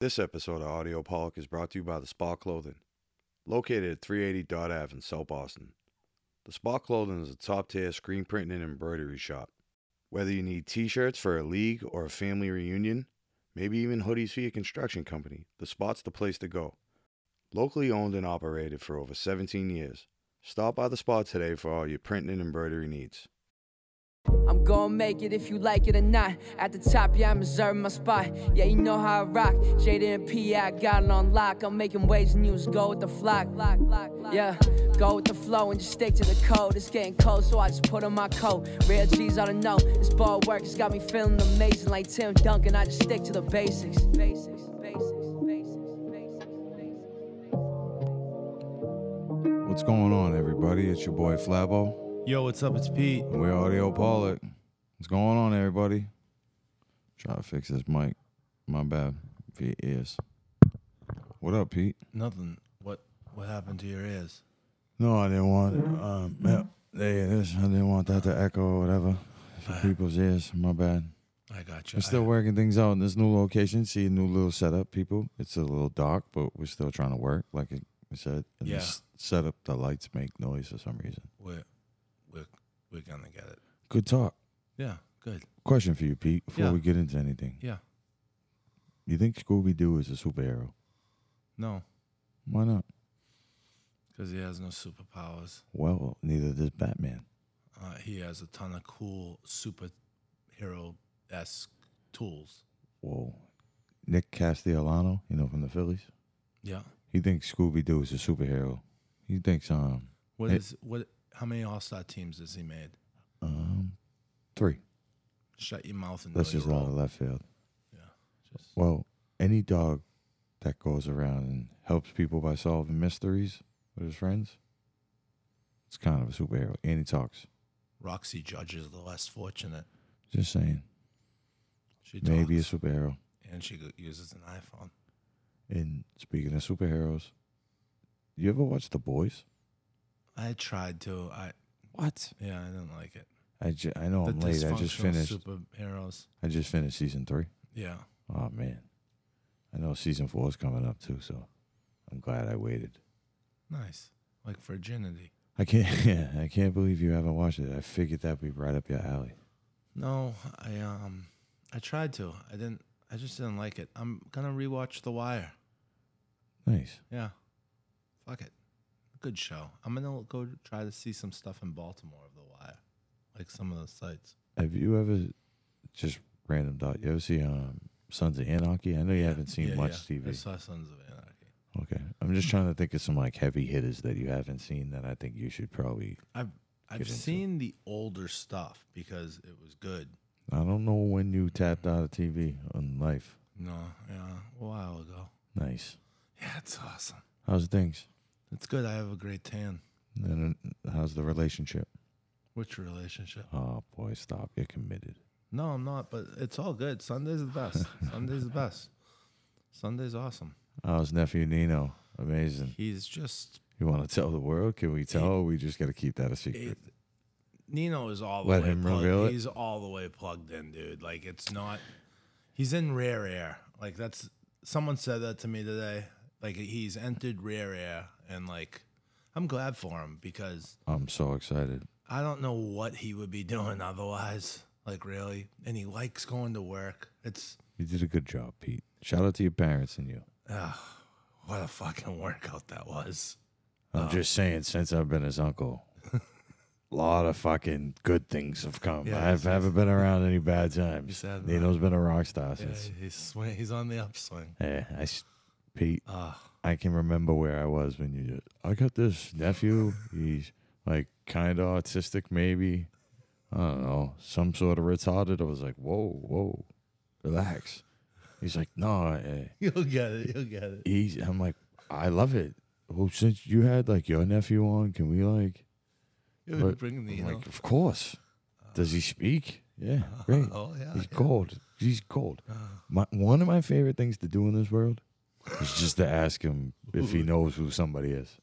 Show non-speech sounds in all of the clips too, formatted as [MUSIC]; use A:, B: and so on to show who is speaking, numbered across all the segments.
A: This episode of Audio Pollock is brought to you by The Spa Clothing, located at 380 Dot Ave in South Boston. The Spa Clothing is a top tier screen printing and embroidery shop. Whether you need t shirts for a league or a family reunion, maybe even hoodies for your construction company, The Spot's the place to go. Locally owned and operated for over 17 years, stop by The Spot today for all your printing and embroidery needs.
B: I'm gonna make it if you like it or not. At the top, yeah, I'm reserving my spot. Yeah, you know how I rock. Jada and P, I got it on lock. I'm making waves and you just go with the flock. Yeah, go with the flow and just stick to the code. It's getting cold, so I just put on my coat. Real G's, I don't know. This ball work has got me feeling amazing like Tim Duncan. I just stick to the basics. Basics, basics, basics, basics, basics,
A: What's going on, everybody? It's your boy Flabbo.
C: Yo, what's up? It's Pete.
A: We're Audio Pollock. What's going on, everybody? Try to fix this mic. My bad. For your ears. What up, Pete?
C: Nothing. What what happened to your ears?
A: No, I didn't want it. Um, yeah, there it is. I didn't want that to echo or whatever. For people's ears. My bad.
C: I got you.
A: We're still working things out in this new location. See a new little setup, people. It's a little dark, but we're still trying to work, like we said. And
C: Yeah.
A: this setup, the lights make noise for some reason.
C: we're, we're we're gonna get it.
A: Good talk.
C: Yeah. Good.
A: Question for you, Pete, before
C: Yeah.
A: we get into anything.
C: Yeah.
A: You think Scooby Doo is a superhero?
C: No,
A: Why not?
C: because he has no superpowers.
A: Well, neither does Batman.
C: Uh, he has a ton of cool superhero esque tools.
A: Well, Nick Castellano, you know, from the Phillies,
C: Yeah.
A: he thinks Scooby Doo is a superhero. He thinks um
C: What
A: Hey.
C: is what? How many All Star teams has he made?
A: um three.
C: Shut your mouth and
A: That's
C: know
A: just
C: your
A: out of
C: role.
A: left field.
C: Yeah. Just
A: Well, any dog that goes around and helps people by solving mysteries with his friends, it's kind of a superhero. And he talks.
C: Roxy judges the less fortunate.
A: Just saying,
C: She
A: maybe a
C: talks,
A: superhero.
C: and she go- uses an iPhone.
A: And speaking of superheroes, you ever watch The Boys?
C: I tried to. I
A: What?
C: yeah. I didn't like it.
A: I, ju- I know
C: the
A: Oh, I'm late. I just
C: dysfunctional
A: finished.
C: superheroes.
A: I just finished season three.
C: Yeah,
A: Oh man, I know season four is coming up too, so I'm glad I waited.
C: nice. Like virginity.
A: I can't. [LAUGHS] I can't believe you haven't watched it. I figured that'd be right up your alley.
C: No, I um, I tried to. I didn't. I just didn't like it. I'm gonna rewatch The Wire.
A: Nice.
C: Yeah, fuck it. Good show. I'm gonna go try to see some stuff in Baltimore of The Wire, like some of those sites.
A: Have you ever just random dot? You ever see um Sons of Anarchy? I know you haven't seen
C: Yeah,
A: much
C: yeah. I
A: TV.
C: saw Sons of Anarchy.
A: Okay, I'm just trying to think of some like heavy hitters that you haven't seen that I think you should probably.
C: I've
A: Get
C: I've
A: into it.
C: seen the older stuff because it was good.
A: I don't know when you tapped out of TV on life.
C: No, yeah, a while ago.
A: Nice.
C: Yeah, it's awesome.
A: How's things?
C: It's good. I have a great tan.
A: And uh, how's the relationship?
C: Which relationship?
A: Oh boy, stop! You're committed.
C: No, I'm not, but it's all good. Sunday's the
A: [LAUGHS]
C: best. Sunday's the best. Sunday's awesome.
A: How's nephew Nino? Amazing.
C: He's just
A: You want to tell the world? Can we tell? or we just got to keep that a secret.
C: it- Nino is all the
A: Let
C: way
A: him
C: plugged.
A: reveal it?
C: He's all the way plugged in, dude. Like it's not he's in rare air. Like that's someone said that to me today. Like he's entered rare air and like I'm glad for him because
A: I'm so excited.
C: I don't know what he would be doing otherwise. Like really. And he likes going to work. It's
A: You did a good job, Pete. Shout out to your parents and you.
C: what a fucking workout that was.
A: I'm
C: Uh,
A: just saying, since I've been his
C: [LAUGHS]
A: uncle, a lot of fucking good things have come.
C: Yeah,
A: I have, haven't been around any bad times.
C: said that.
A: Nino's been a rock star
C: Yeah,
A: since.
C: he's swing, he's on the upswing.
A: Yeah, I, s- Pete, I can remember where I was when you. Just, I got this nephew. He's like kind of autistic, maybe. I don't know, some sort of retarded. I was like, whoa, whoa, relax. He's like, no, eh,
C: [LAUGHS] You'll get it. You'll get it.
A: he's. I'm like, I love it. Well, since you had like your nephew on, can we like?
C: You'll
A: But-
C: bring the.
A: I'm
C: You know,
A: like, of course. Does he speak?
C: [LAUGHS]
A: Yeah, great.
C: oh yeah.
A: He's cold. He's cold. My, one of my favorite things to do in this world is just to ask him if he knows who somebody is.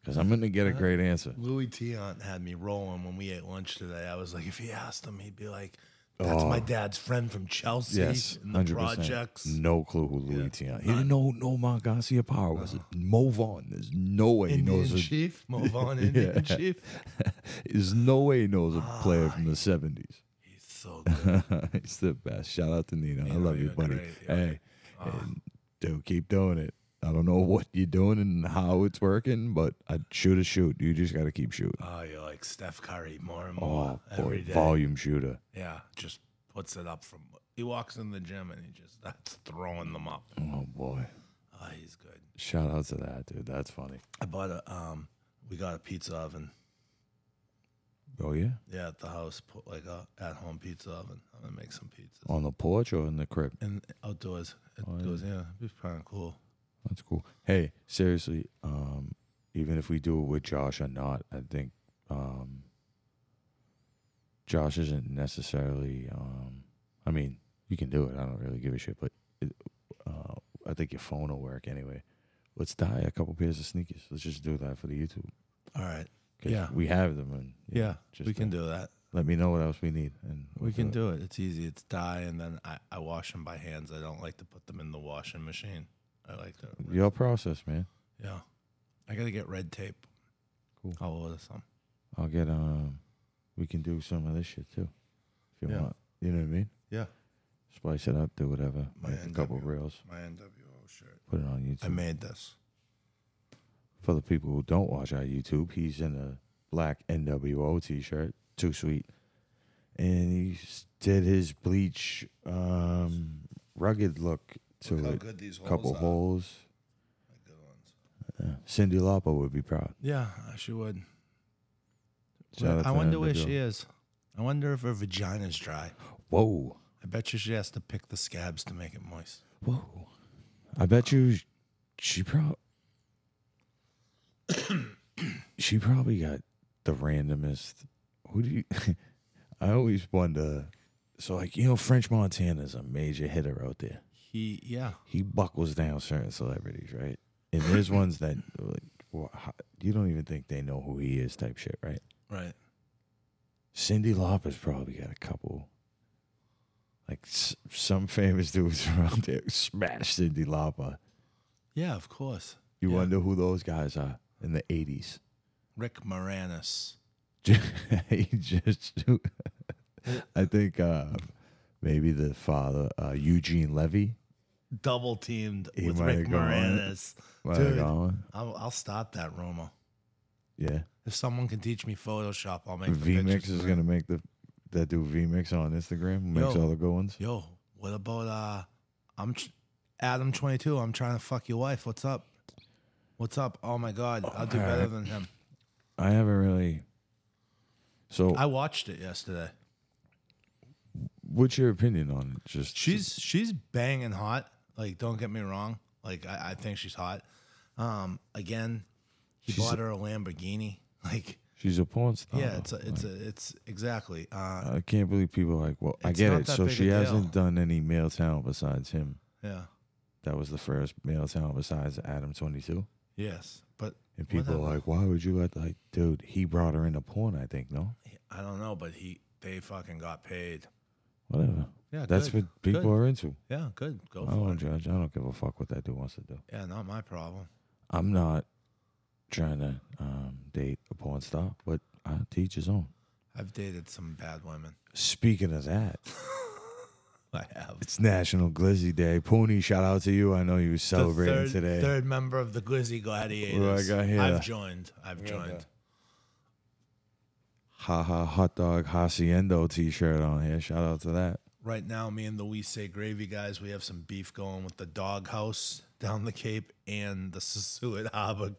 A: Because I'm going to get a great answer.
C: Louis Tion had me rolling when we ate lunch today. I was like, if he asked him, he'd be like, That's
A: Oh.
C: my dad's friend from Chelsea.
A: Yes,
C: in the
D: 100%.
C: projects.
A: No clue who Louis Tian. He
C: None.
A: didn't know no Mount Garcia Power was. Mo Vaughn. There's no way he
C: Indian
A: knows. A,
C: Chief, move on, Indian
A: Yeah.
C: Chief.
A: [LAUGHS] there's no way he knows a player from the '70s.
C: He's so good.
A: [LAUGHS] He's the best. Shout out to Nino. I
C: Nino,
A: love you,
C: you're
A: buddy.
C: great, Ah. you're
A: Hey, and dude, keep doing it. I don't know [LAUGHS] what you're doing and how it's working, but I shoot a shoot. You just got to keep shooting.
C: Oh, you're like Steph Curry more and
A: Oh
C: more every
A: boy,
C: day.
A: volume shooter.
C: Yeah, just puts it up from. He walks in the gym and he just starts throwing them up.
A: Oh boy,
C: Oh, he's good.
A: shout out to that dude. That's funny.
C: I bought a. Um, we got a pizza oven.
A: Oh yeah,
C: Yeah, at the house, put like a at-home pizza oven. I'm gonna make some pizzas.
A: on the porch or in the crib.
C: And outdoors, outdoors, Oh, yeah, it's kind of cool.
A: That's cool. Hey, seriously, um, even if we do it with Josh or not, I think um, Josh isn't necessarily. Um, I mean, you can do it. I don't really give a shit, but it, uh, I think your phone will work anyway. Let's dye a couple pairs of sneakers. Let's just do that for the YouTube.
C: All right.
A: 'Cause
C: Yeah.
A: we have them, and
C: Yeah,
A: just
C: we can
A: uh,
C: do that.
A: Let me know what else we need, and uh,
C: We can do it. It's easy. It's dye, and then I, I wash them by hands. I don't like to put them in the washing machine. I like to.
A: it. Your process, man.
C: Yeah. I got to get red tape.
A: Cool.
C: I'll order some.
A: I'll get um we can do some of this shit too. If you
C: Yeah.
A: want. You know what I mean?
C: Yeah.
A: Splice it up, do whatever.
C: My
A: Make a couple
C: NW.
A: reels.
C: My NWO shirt.
A: Put it on
C: I
A: YouTube.
C: made this.
A: For the people who don't watch our YouTube, he's in a black NWO t shirt. Too sweet. And he s- did his bleach um rugged look to
C: Look how
A: it.
C: good these holes
A: couple
C: are.
A: holes.
C: Like good ones.
A: Yeah. Cindy Lauper would be proud.
C: Yeah, I sure would.
A: Shout out
C: I
A: to
C: wonder where she
A: NWO.
C: is. I wonder if her vagina's dry.
A: Whoa.
C: I bet you she has to pick the scabs to make it moist.
A: Whoa. I bet you she probably [COUGHS] she probably got the randomest. Who do you? [LAUGHS] I always wonder. So like you know, French Montana's a major hitter out there.
C: He, yeah.
A: He buckles down certain celebrities, right? And there's ones that like wha- how- you don't even think they know who he is, type shit, right?
C: Right.
A: Cindy Lauper's probably got a couple. Like s- some famous dudes [LAUGHS] around there smashed Cindy Lauper.
C: Yeah, of course.
A: You
C: Yeah.
A: wonder who those guys are in the eighties. [LAUGHS]
C: Rick Moranis.
A: he just, I think uh, maybe the father uh, Eugene Levy.
C: Double teamed
A: He
C: with
A: might
C: Rick
A: have gone.
C: Moranis.
A: Am I
C: Dude.
A: wrong?
C: I'll, I'll stop that rumor.
A: yeah.
C: If someone can teach me Photoshop, I'll make the
A: VMix
C: pictures,
A: is
C: man.
A: gonna make the that dude VMix on Instagram makes
C: Yo.
A: all the good ones.
C: Yo, what about uh I'm tr- Adam 22, I'm trying to fuck your wife. What's up? What's up? Oh my god, I'll do better
A: Alright.
C: than him.
A: I haven't really. So,
C: I watched it yesterday.
A: what's your opinion on it? Just
C: She's she's banging hot. Like don't get me wrong. Like I, I think she's hot. Um again, he
A: She's- Oh,
C: bought her a Lamborghini. [LAUGHS] Like
A: she's a porn star.
C: yeah, it's a, it's a, it's exactly. Uh
A: I can't believe people are like. Well, I
C: It's
A: get
C: not
A: it.
C: that
A: So
C: big a
A: she
C: deal.
A: hasn't done any male talent besides him.
C: yeah.
A: That was the first male talent besides Adam Twenty Two.
C: Yes, but
A: And people are
C: whatever.
A: like, why would you let like, dude? He brought her into porn, I think. No,
C: I don't know, but he they fucking got paid.
A: whatever.
C: Yeah,
A: That's
C: good,
A: what people
C: good.
A: are into.
C: Yeah, good. Go
A: I
C: for
A: don't
C: it.
A: judge. I don't give a fuck what that dude wants to do.
C: Yeah, not my problem.
A: I'm not trying to um, date a porn star, but I teach his own.
C: I've dated some bad
A: [LAUGHS]
C: women.
A: Speaking of that,
C: I have.
A: it's National Glizzy Day. Pony, shout out to you. I know you were celebrating
C: third,
A: today.
C: Third member of the Glizzy Gladiators.
A: got here?
C: I've joined. I've joined.
A: Ha ha hot dog haciendo t-shirt on here. Shout out to that.
C: Right now, me and the We Say Gravy guys, we have some beef going with the doghouse down the Cape and the Susuit Harbor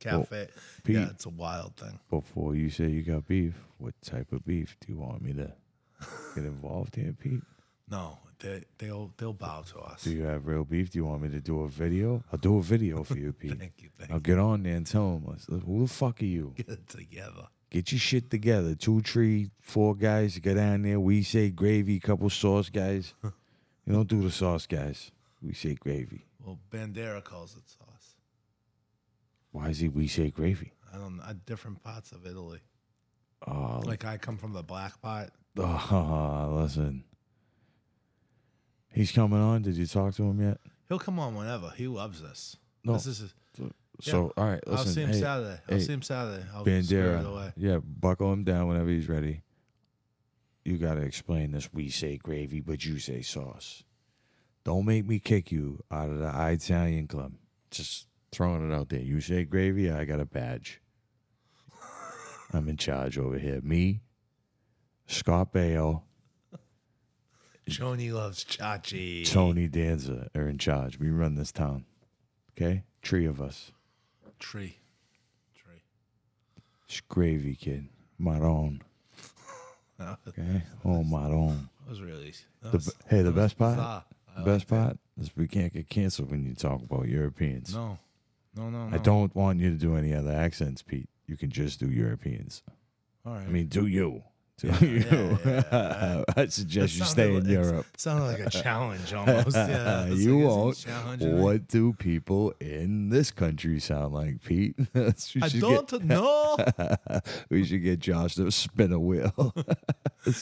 C: Cafe.
A: Oh, Pete.
C: yeah, it's a wild thing.
A: Before you say you got beef, what type of beef do you want me to get involved here, Pete?
C: No, they they'll they'll bow to us.
A: Do you have real beef? Do you want me to do a video? I'll do a video for you,
C: [LAUGHS]
A: Pete.
C: Thank you, thank
A: I'll get on there and tell them, who the fuck are you?
C: you. [LAUGHS] Get it together.
A: Get your shit together. Two, three, four guys, get down there. We say gravy, couple sauce
C: [LAUGHS]
A: guys. You don't do the sauce guys. We say gravy.
C: Well, Bandera calls it sauce.
A: Why is he we say gravy?
C: uh, I don't know. Different parts of Italy.
A: Oh,
C: Like I come from the black part.
A: Oh, [LAUGHS] listen. He's coming on. Did you talk to him yet?
C: He'll come on whenever. He loves this.
A: No.
C: This is.
A: So, all right, listen.
C: I'll see him
A: hey,
C: Saturday. I'll
A: hey,
C: see him Saturday. I'll spirit it away.
A: Bandera. Yeah, buckle him down whenever he's ready. You got to explain this. We say gravy, but you say sauce. Don't make me kick you out of the Italian club. Just throwing it out there. You say gravy, I got a badge. I'm in charge over here. Me, Scott Baio,
C: Joni loves Chachi.
A: Tony Danza are in charge. We run this town. Okay? Three of us.
C: Tree. Tree.
A: It's gravy, kid. Maron.
C: [LAUGHS] That
A: Okay? Oh, Maron.
C: was really. That
A: The,
C: was,
A: b- hey, the
C: that was
A: best part?
C: bizarre. I like
A: Best part is we can't get canceled when you talk about Europeans.
C: No. No, no, no.
A: I don't want you to do any other accents, Pete. You can just do Europeans.
C: All right.
A: I mean, do you? Do
C: Yeah,
A: you?
C: yeah,
A: [LAUGHS] I suggest you stay
C: [LAUGHS]
A: in Europe.
C: Sounded
A: [LAUGHS]
C: like a challenge almost. Yeah, it's like,
A: you
C: is it
A: won't.
C: challenging?
A: What do people in this country sound like, Pete? [LAUGHS] That's- we,
C: I
A: should
C: don't
A: [LAUGHS]
C: know. [LAUGHS]
A: Get, we should get Josh to spin a wheel. [LAUGHS]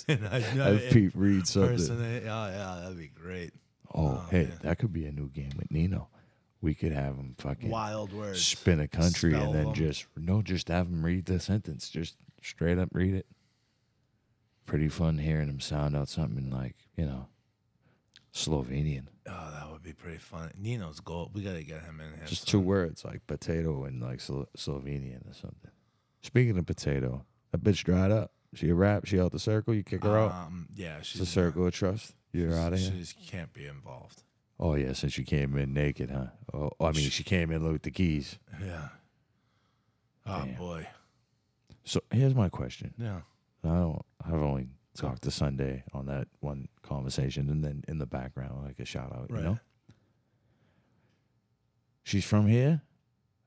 C: And I know
A: Have
C: it
A: Pete read something.
C: personate- Oh, yeah, that'd be great.
A: oh, hey, that could be a new game with Nino. We could have him fucking
C: Wild words.
A: spin a country
C: Spell
A: and then
C: them.
A: just no, just have him read the sentence, just straight up read it. Pretty fun hearing him sound out something like you know, Slovenian.
C: Oh, that would be pretty fun. Nino's goal. We gotta get him in here.
A: Just two words like potato and like Slo- Slovenian or something. Speaking of potato, that bitch dried up. She a wrap. She out the circle. You kick her out.
C: Um, yeah,
A: It's a
C: she's
A: circle of trust. You're out of
C: She
A: here.
C: just can't be involved.
A: Oh yeah, since she came in naked, huh? Oh, I mean, she came in with the keys.
C: Yeah. Oh
A: Damn.
C: boy.
A: So here's my question.
C: Yeah.
A: I don't. I've only talked to Sunday on that one conversation, and then in the background, like a shout out.
C: Right.
A: You know, she's from here.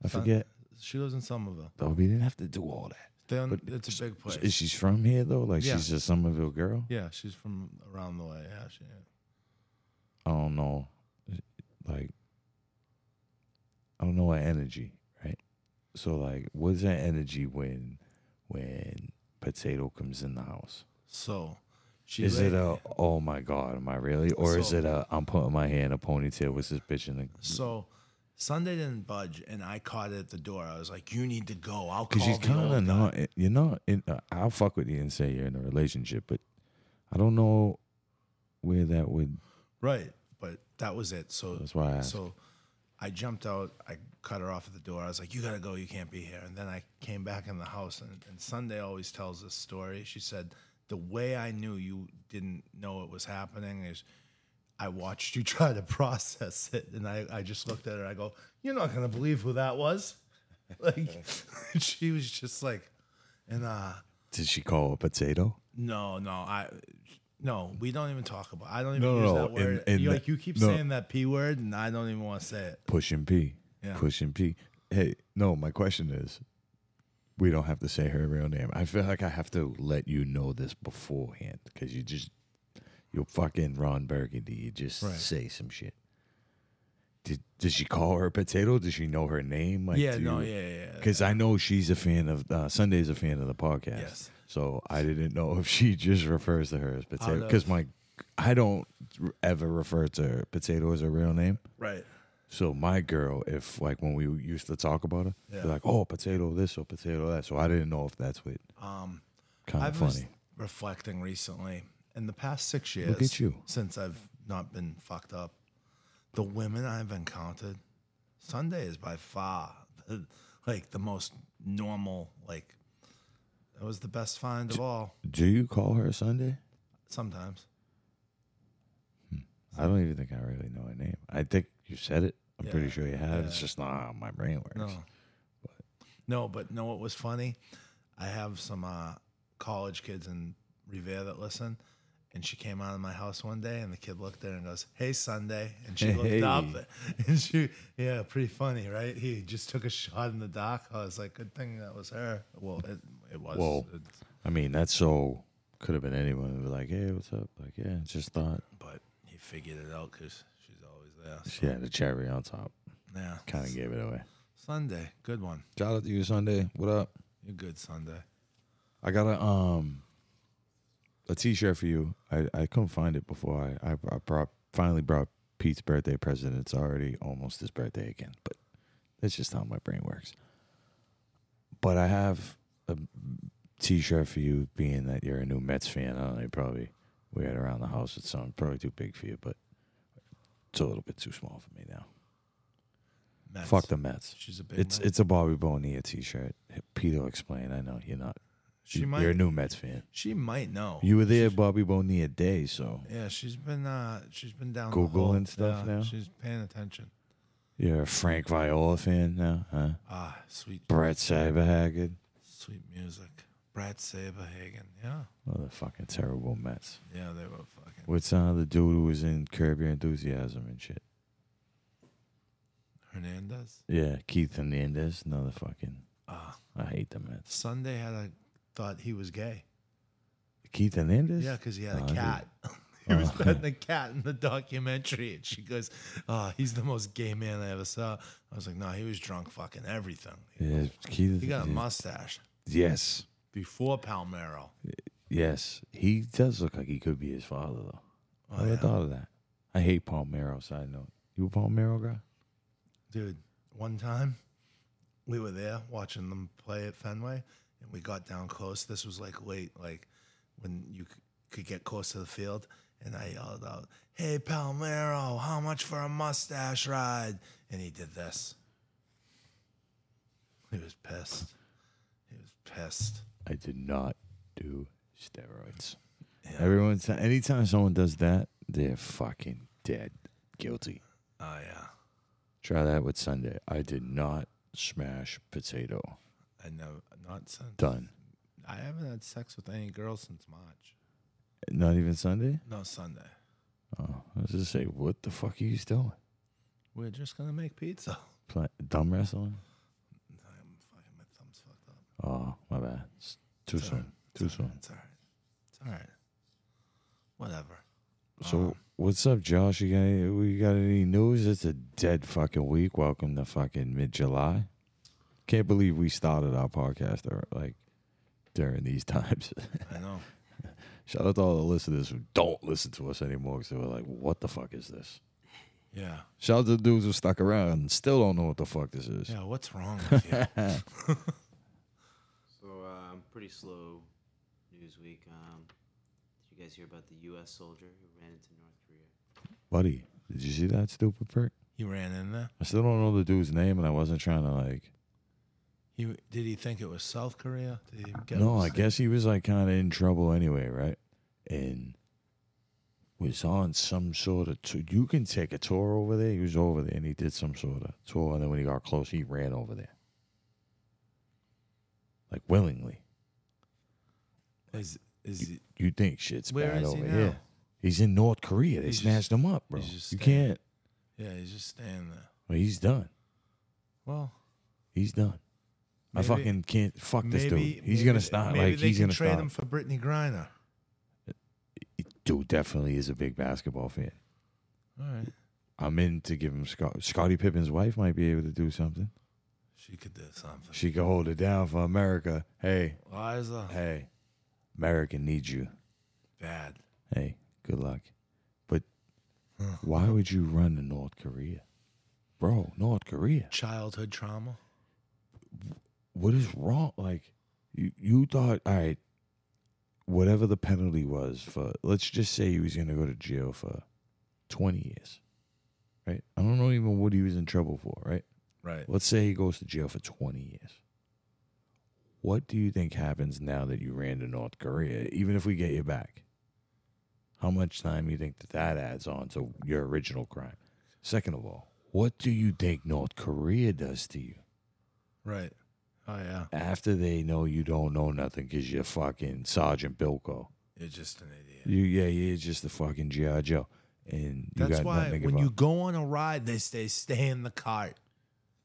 A: I
C: Sun-
A: forget.
C: She lives in Somerville.
A: Oh, we didn't have to do all that.
C: They on,
A: But
C: it's a big place.
A: Is she from here though? Like
C: Yeah.
A: she's a Somerville girl.
C: yeah, she's from around the way. Yeah, she,
A: I don't know. Like, I don't know her energy, right? So like, what's her energy when, when potato comes in the house?
C: So she
A: is
C: lay-
A: it a oh my god am i really or is
C: So-
A: it a i'm putting my hand in a ponytail with this bitch in the
C: so Sunday didn't budge, and I caught it at the door. I was like, "You need to go. I'll call."
A: because you're
C: the old
A: kind of
C: guy."
A: not you're not in uh, i'll fuck with you and say you're in a relationship but i don't know where that would
C: right, but that was it. So
A: that's why I asked.
C: So I jumped out. I cut her off at the door. I was like, "You gotta go. You can't be here." And then I came back in the house. And, and Sunday always tells this story. She said, "The way I knew you didn't know it was happening is." I watched you [LAUGHS] try to process it, and I, I just looked at her. I go, "You're not gonna believe who that was." [LAUGHS] Like, [LAUGHS] she was just like, and uh,
A: did she call a potato
C: no, no, I, no, we don't even talk about. I don't even
A: No,
C: use
A: no,
C: that
A: in-
C: word.
A: in
C: you,
A: the-
C: like you keep
A: no.
C: saying that p word, and I don't even want to say it.
A: push and pee
C: Yeah.
A: push and pee hey no my question is we don't have to say her real name i feel like i have to let you know this beforehand because you just you're fucking ron burgundy you just
C: Right.
A: say some shit did, did she call her potato? Does she know her name? Like,
C: yeah,
A: do
C: no,
A: you-
C: yeah, yeah, yeah.
A: Because I know she's a fan of uh, Sunday's a fan of the podcast.
C: Yes.
A: So I didn't know if she just refers to her as potato.
C: of-
A: Because my I don't r- ever refer to her potato as her real name.
C: Right.
A: So my girl, if like when we used to talk about her,
C: Yeah.
A: they're like, oh, potato this or potato that. So I didn't know if that's what
C: Um,
A: kind
C: I've
A: of funny.
C: been reflecting recently in the past six years.
A: at you.
C: Since I've not been fucked up, the women I've encountered, Sunday is by far like the most normal. Like that was the best find of all.
A: Do you call her Sunday?
C: Sometimes.
A: I don't even think I really know her name. I think you said it. I'm pretty
C: Yeah,
A: sure you have. It's just not how my brain works.
C: No. No, but no, it was funny. I have some uh, college kids in Revere that listen, and she came out of my house one day, and the kid looked at her and goes, "Hey, Sunday," and she
A: Hey.
C: looked up, [LAUGHS] and she, yeah, pretty funny, right? He just took a shot in the dark. I was like, "Good thing that was her." Well, it, it was.
A: Well,
C: It-
A: I mean, that's so could have been anyone. It'd be like, hey, what's up? Like, yeah, just thought
C: but he figured it out because she's always there. So,
A: she had a cherry on top.
C: yeah,
A: Kind of gave it away.
C: Sunday, good one.
A: Shout out to you, Sunday. What up?
C: You're good, Sunday.
A: I got a um a T-shirt for you. I, I couldn't find it before I I, I brought finally brought Pete's birthday present. It's already almost his birthday again, but that's just how my brain works. But I have a T-shirt for you, being that you're a new Mets fan. I don't know. You probably wear it around the house. It's something probably too big for you, but it's a little bit too small for me now.
C: Mets.
A: Fuck the Mets.
C: She's a big.
A: It's
C: Mets.
A: it's a Bobby Bonilla T-shirt. Peter, will explain. I know you're not.
C: She
A: you-
C: might-
A: You're a new Mets fan.
C: She might know.
A: You were there, Bobby Bonilla Day, so
C: yeah, she's been. Uh, she's been down. the
A: Google
C: hole.
A: and stuff
C: Yeah,
A: now?
C: She's paying attention.
A: you're a Frank Viola fan now, huh?
C: Ah, sweet,
A: Brett Saberhagen.
C: sweet music. Brad Saberhagen. Yeah,
A: Motherfucking terrible Mets.
C: yeah, they were fucking.
A: What's uh, the dude who was in Curb Your Enthusiasm and shit?
C: Hernandez.
A: Yeah, Keith Hernandez. Another fucking.
C: Ah,
A: I hate the Mets.
C: Sunday had a thought he was gay.
A: Keith Hernandez?
C: Yeah, because he had
A: Oh, I
C: a
A: did.
C: cat. [LAUGHS] he
A: Uh-huh.
C: was petting a cat in the documentary, and she goes, "Oh, he's the most gay man I ever saw." I was like, "No, he was drunk fucking everything.
A: Yeah, Keith.
C: He got a
A: yeah.
C: mustache
A: Yes.
C: before Palmero."
A: Yes. He does look like he could be his father, though. I
C: Oh,
A: never
C: yeah.
A: thought of that. I hate Palmero, side note. You a Palmero guy?
C: Dude, one time we were there watching them play at Fenway and we got down close. This was like late, like when you c- could get close to the field. And I yelled out, Hey, Palmero, how much for a mustache ride? And he did this. He was pissed. He was pissed.
A: I did not do steroids. Everyone's anytime someone does that, they're fucking dead guilty.
C: Oh, yeah.
A: Try that with Sunday. I did not smash potato.
C: I never, not since.
A: Done.
C: I haven't had sex with any girl since March.
A: Not even Sunday?
C: No, Sunday.
A: Oh, I was just say, what the fuck are you doing?
C: We're just going to make pizza. [LAUGHS]
A: Play, dumb wrestling?
C: I'm fucking, my thumb's fucked up.
A: Oh, my bad. It's too soon. Too soon.
C: It's all right. It's all right. Whatever.
A: So what's up, Josh? You got we got any news? It's a dead fucking week. Welcome to fucking mid July. Can't believe we started our podcast or like during these [LAUGHS] times.
C: I
A: [LAUGHS]
C: know.
A: Shout out to all the listeners who don't listen to us anymore because they were like, "What the fuck is this?"
C: Yeah.
A: Shout out to the dudes who stuck around and still don't know what the fuck this is.
C: Yeah. What's wrong with you? [LAUGHS]
E: So, um, pretty slow news week. Um, did you guys hear about the U.S. soldier who ran into North Korea?
A: [LAUGHS] Buddy, did you see that stupid prick?
C: he ran in there.
A: I still don't know the dude's name, and I wasn't trying to like.
C: He did he think it was South Korea? Did he get
A: no, I
C: upset?
A: guess he was like kind of in trouble anyway, right? And was on some sort of tour. You can take a tour over there. He was over there and he did some sort of tour. And then when he got close, he ran over there. Like willingly.
C: Is is
A: You,
C: he,
A: you think shit's
C: Where
A: bad
C: is he
A: over
C: now?
A: here. He's in North Korea. They
C: He's
A: snatched
C: just-
A: him up, bro.
C: he's just
A: You
C: staying.
A: can't.
C: yeah? He's just staying there.
A: Well, he's done.
C: Well,
A: He's done.
C: Maybe-
A: I fucking can't. Fuck this dude.
C: maybe
A: He's gonna
C: maybe-
A: stop.
C: Maybe
A: Like
C: they
A: he's
C: can
A: gonna
C: trade
A: stop.
C: him for Brittany Griner.
A: dude definitely is a big basketball fan.
C: All right,
A: I'm in to give him Scott. Scottie Pippen's wife might be able to do something.
C: she could do something.
A: She could hold it down for America. Hey,
C: Liza,
A: hey, America needs you.
C: bad.
A: Hey, good luck. But why would you run to North Korea, bro? North Korea.
C: Childhood trauma.
A: What is wrong? Like, you you thought all right, whatever the penalty was for. Let's just say he was going to go to jail for twenty years, right? I don't know even what he was in trouble for, right?
C: Right.
A: Let's say he goes to jail for 20 years. What do you think happens now that you ran to North Korea, even if we get you back? How much time you think that that adds on to your original crime? Second of all, what do you think North Korea does to you
C: Right. Oh yeah.
A: after they know you don't know nothing because you're fucking Sergeant Bilko?
C: You're just an idiot.
A: You yeah, you're just a fucking GI Joe, and you
C: That's
A: got
C: why
A: nothing to give
C: when
A: up.
C: you
A: You,
C: go on a ride, they say stay in the cart.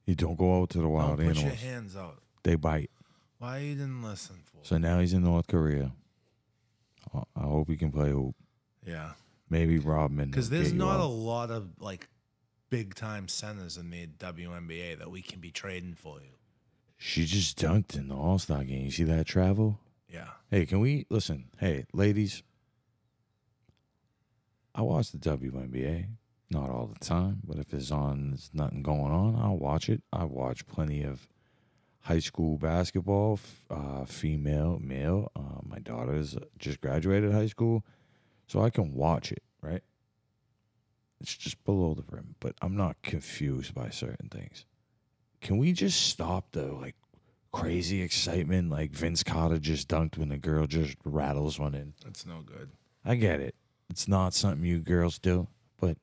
A: don't go out to the
C: Don't
A: wild
C: Oh, put your
A: animals;
C: hands out.
A: they bite.
C: Why you didn't listen for?
A: So now he's in North Korea. I- I hope he can play hoop.
C: yeah,
A: Maybe Rodman.
C: because
A: will
C: there's
A: get you
C: not a
A: out.
C: lot of like big time centers in the WNBA that we can be trading for you.
A: She just dunked in the All Star game. You see that travel?
C: Yeah,
A: Hey, can we listen? Hey, ladies, I watch the WNBA, not all the time, but if it's on, there's nothing going on, I'll watch it. I watch plenty of high school basketball, f- uh, female, male. Uh, my daughter's just graduated high school, so I can watch it, right? It's just below the rim, but I'm not confused by certain things. Can we just stop the like crazy excitement like Vince Carter just dunked when the girl just rattles one in?
C: It's no good.
A: I get it. It's not something you girls do, but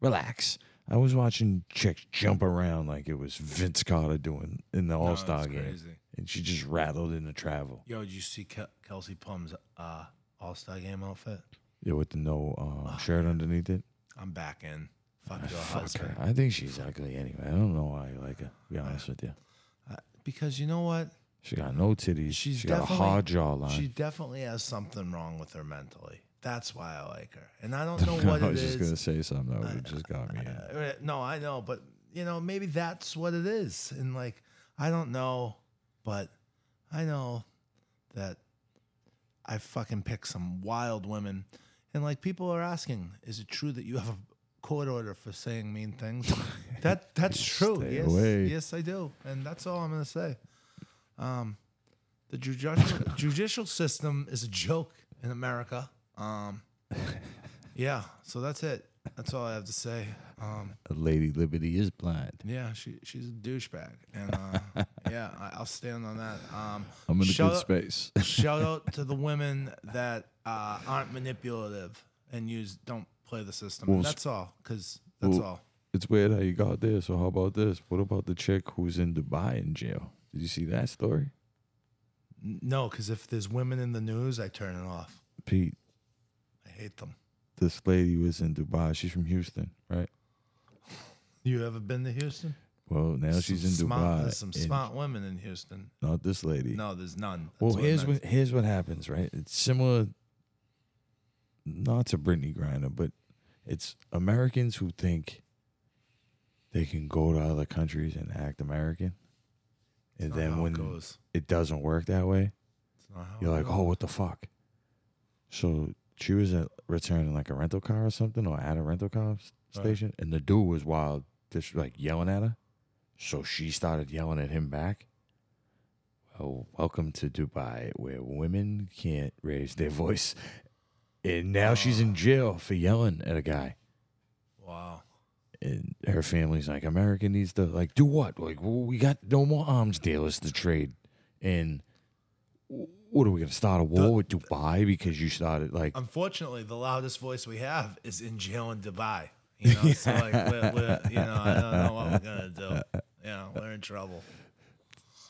A: relax. I was watching chicks jump around like it was Vince Carter doing in the All Star game,
C: crazy.
A: and she just rattled in the travel.
C: Yo, did you see Kel- Kelsey Plum's uh, All Star Game outfit?
A: Yeah, with the no
C: Oh,
A: um, shirt underneath it.
C: I'm back in. Fuck your
A: Ah, Fuck her.
C: husband.
A: I think she's ugly anyway. I don't know why I like her. To be honest with you,
C: Uh, because you know what?
A: she got no titties.
C: She's
A: she got a hard jawline. [LAUGHS]
C: She definitely has something wrong with her mentally. That's why I like her. And I
A: [LAUGHS]
C: don't know what
A: I
C: it
A: was just gonna
C: is.
A: say something that would just got me. in.
C: Uh, No, I know, but you know, maybe that's what it is. And like, I don't know, but I know that I fucking pick some wild women. And like, people are asking, is it true that you have a court order for saying mean
A: [LAUGHS]
C: things? that that's true.
A: Stay
C: Yes,
A: away.
C: yes, I do. And that's all I'm gonna say. Um, the judicial judicial system is a joke in America.
A: [LAUGHS]
C: Um, yeah, so that's it. That's all I have to say. Um,
A: Lady Liberty is blind.
C: yeah, she she's a douchebag, and
A: [LAUGHS]
C: uh, yeah, I, I'll stand on that. Um,
A: I'm in a
C: shout
A: good
C: out-
A: space. [LAUGHS]
C: shout out to the women that uh, aren't manipulative and use don't play the system.
A: Well,
C: that's all, because that's
A: well,
C: all.
A: it's weird how you got there. So how about this? What about the chick who's in Dubai in jail? Did you see that story?
C: N- No, because if there's women in the news, I turn it off.
A: Pete,
C: I hate them.
A: this lady was in Dubai. She's from Houston, right?
C: You ever been to Houston?
A: Well, now she's in
C: Some smart-
A: Dubai.
C: There's some
A: and-
C: smart women in Houston.
A: Not this lady.
C: No, there's none. That's
A: well,
C: what I
A: here's
C: meant.
A: what here's what happens, right? It's similar, not to Brittany Griner, but it's Americans who think they can go to other countries and act American, and
C: Not
A: then
C: how it
A: when
C: goes.
A: it doesn't work that way,
C: It's not how
A: You're
C: it
A: like,
C: goes.
A: oh, what the fuck? So she was at returning like a rental car or something, or at a rental car s-
C: Right.
A: station, and the dude was wild, just like yelling at her. So she started yelling at him back. Well, welcome to Dubai, where women can't raise their voice. And now she's in jail for yelling at a guy. "Oh,
C: wow.
A: And her family's like, America needs to like do what? Like, well, we got no more arms dealers to trade, and w- what are we gonna start a war with Dubai because you started like
C: Um, Unfortunately, the loudest voice we have is in jail in Dubai. You know, so like, we're, we're, you know, I don't know what we're gonna do. Yeah, we're in trouble.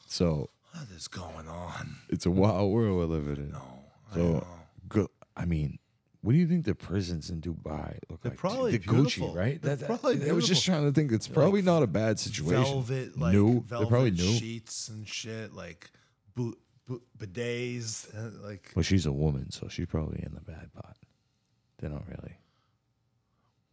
A: so?
C: What is going on?
A: It's a wild world we're living in.
C: Oh, I
A: so,
C: know.
A: go, I mean, what do you think the prisons in Dubai look
C: They're
A: like?
C: probably
A: the
C: beautiful.
A: Gucci, right?
C: They're
A: That,
C: probably
A: I was just
C: beautiful.
A: trying to think. It's probably not a bad situation.
C: velvet, like
A: new.
C: velvet
A: They're probably new.
C: sheets and shit, like boot, boot bidets, uh, like
A: Well, she's a woman, so she's probably in the bad pot. They're not really.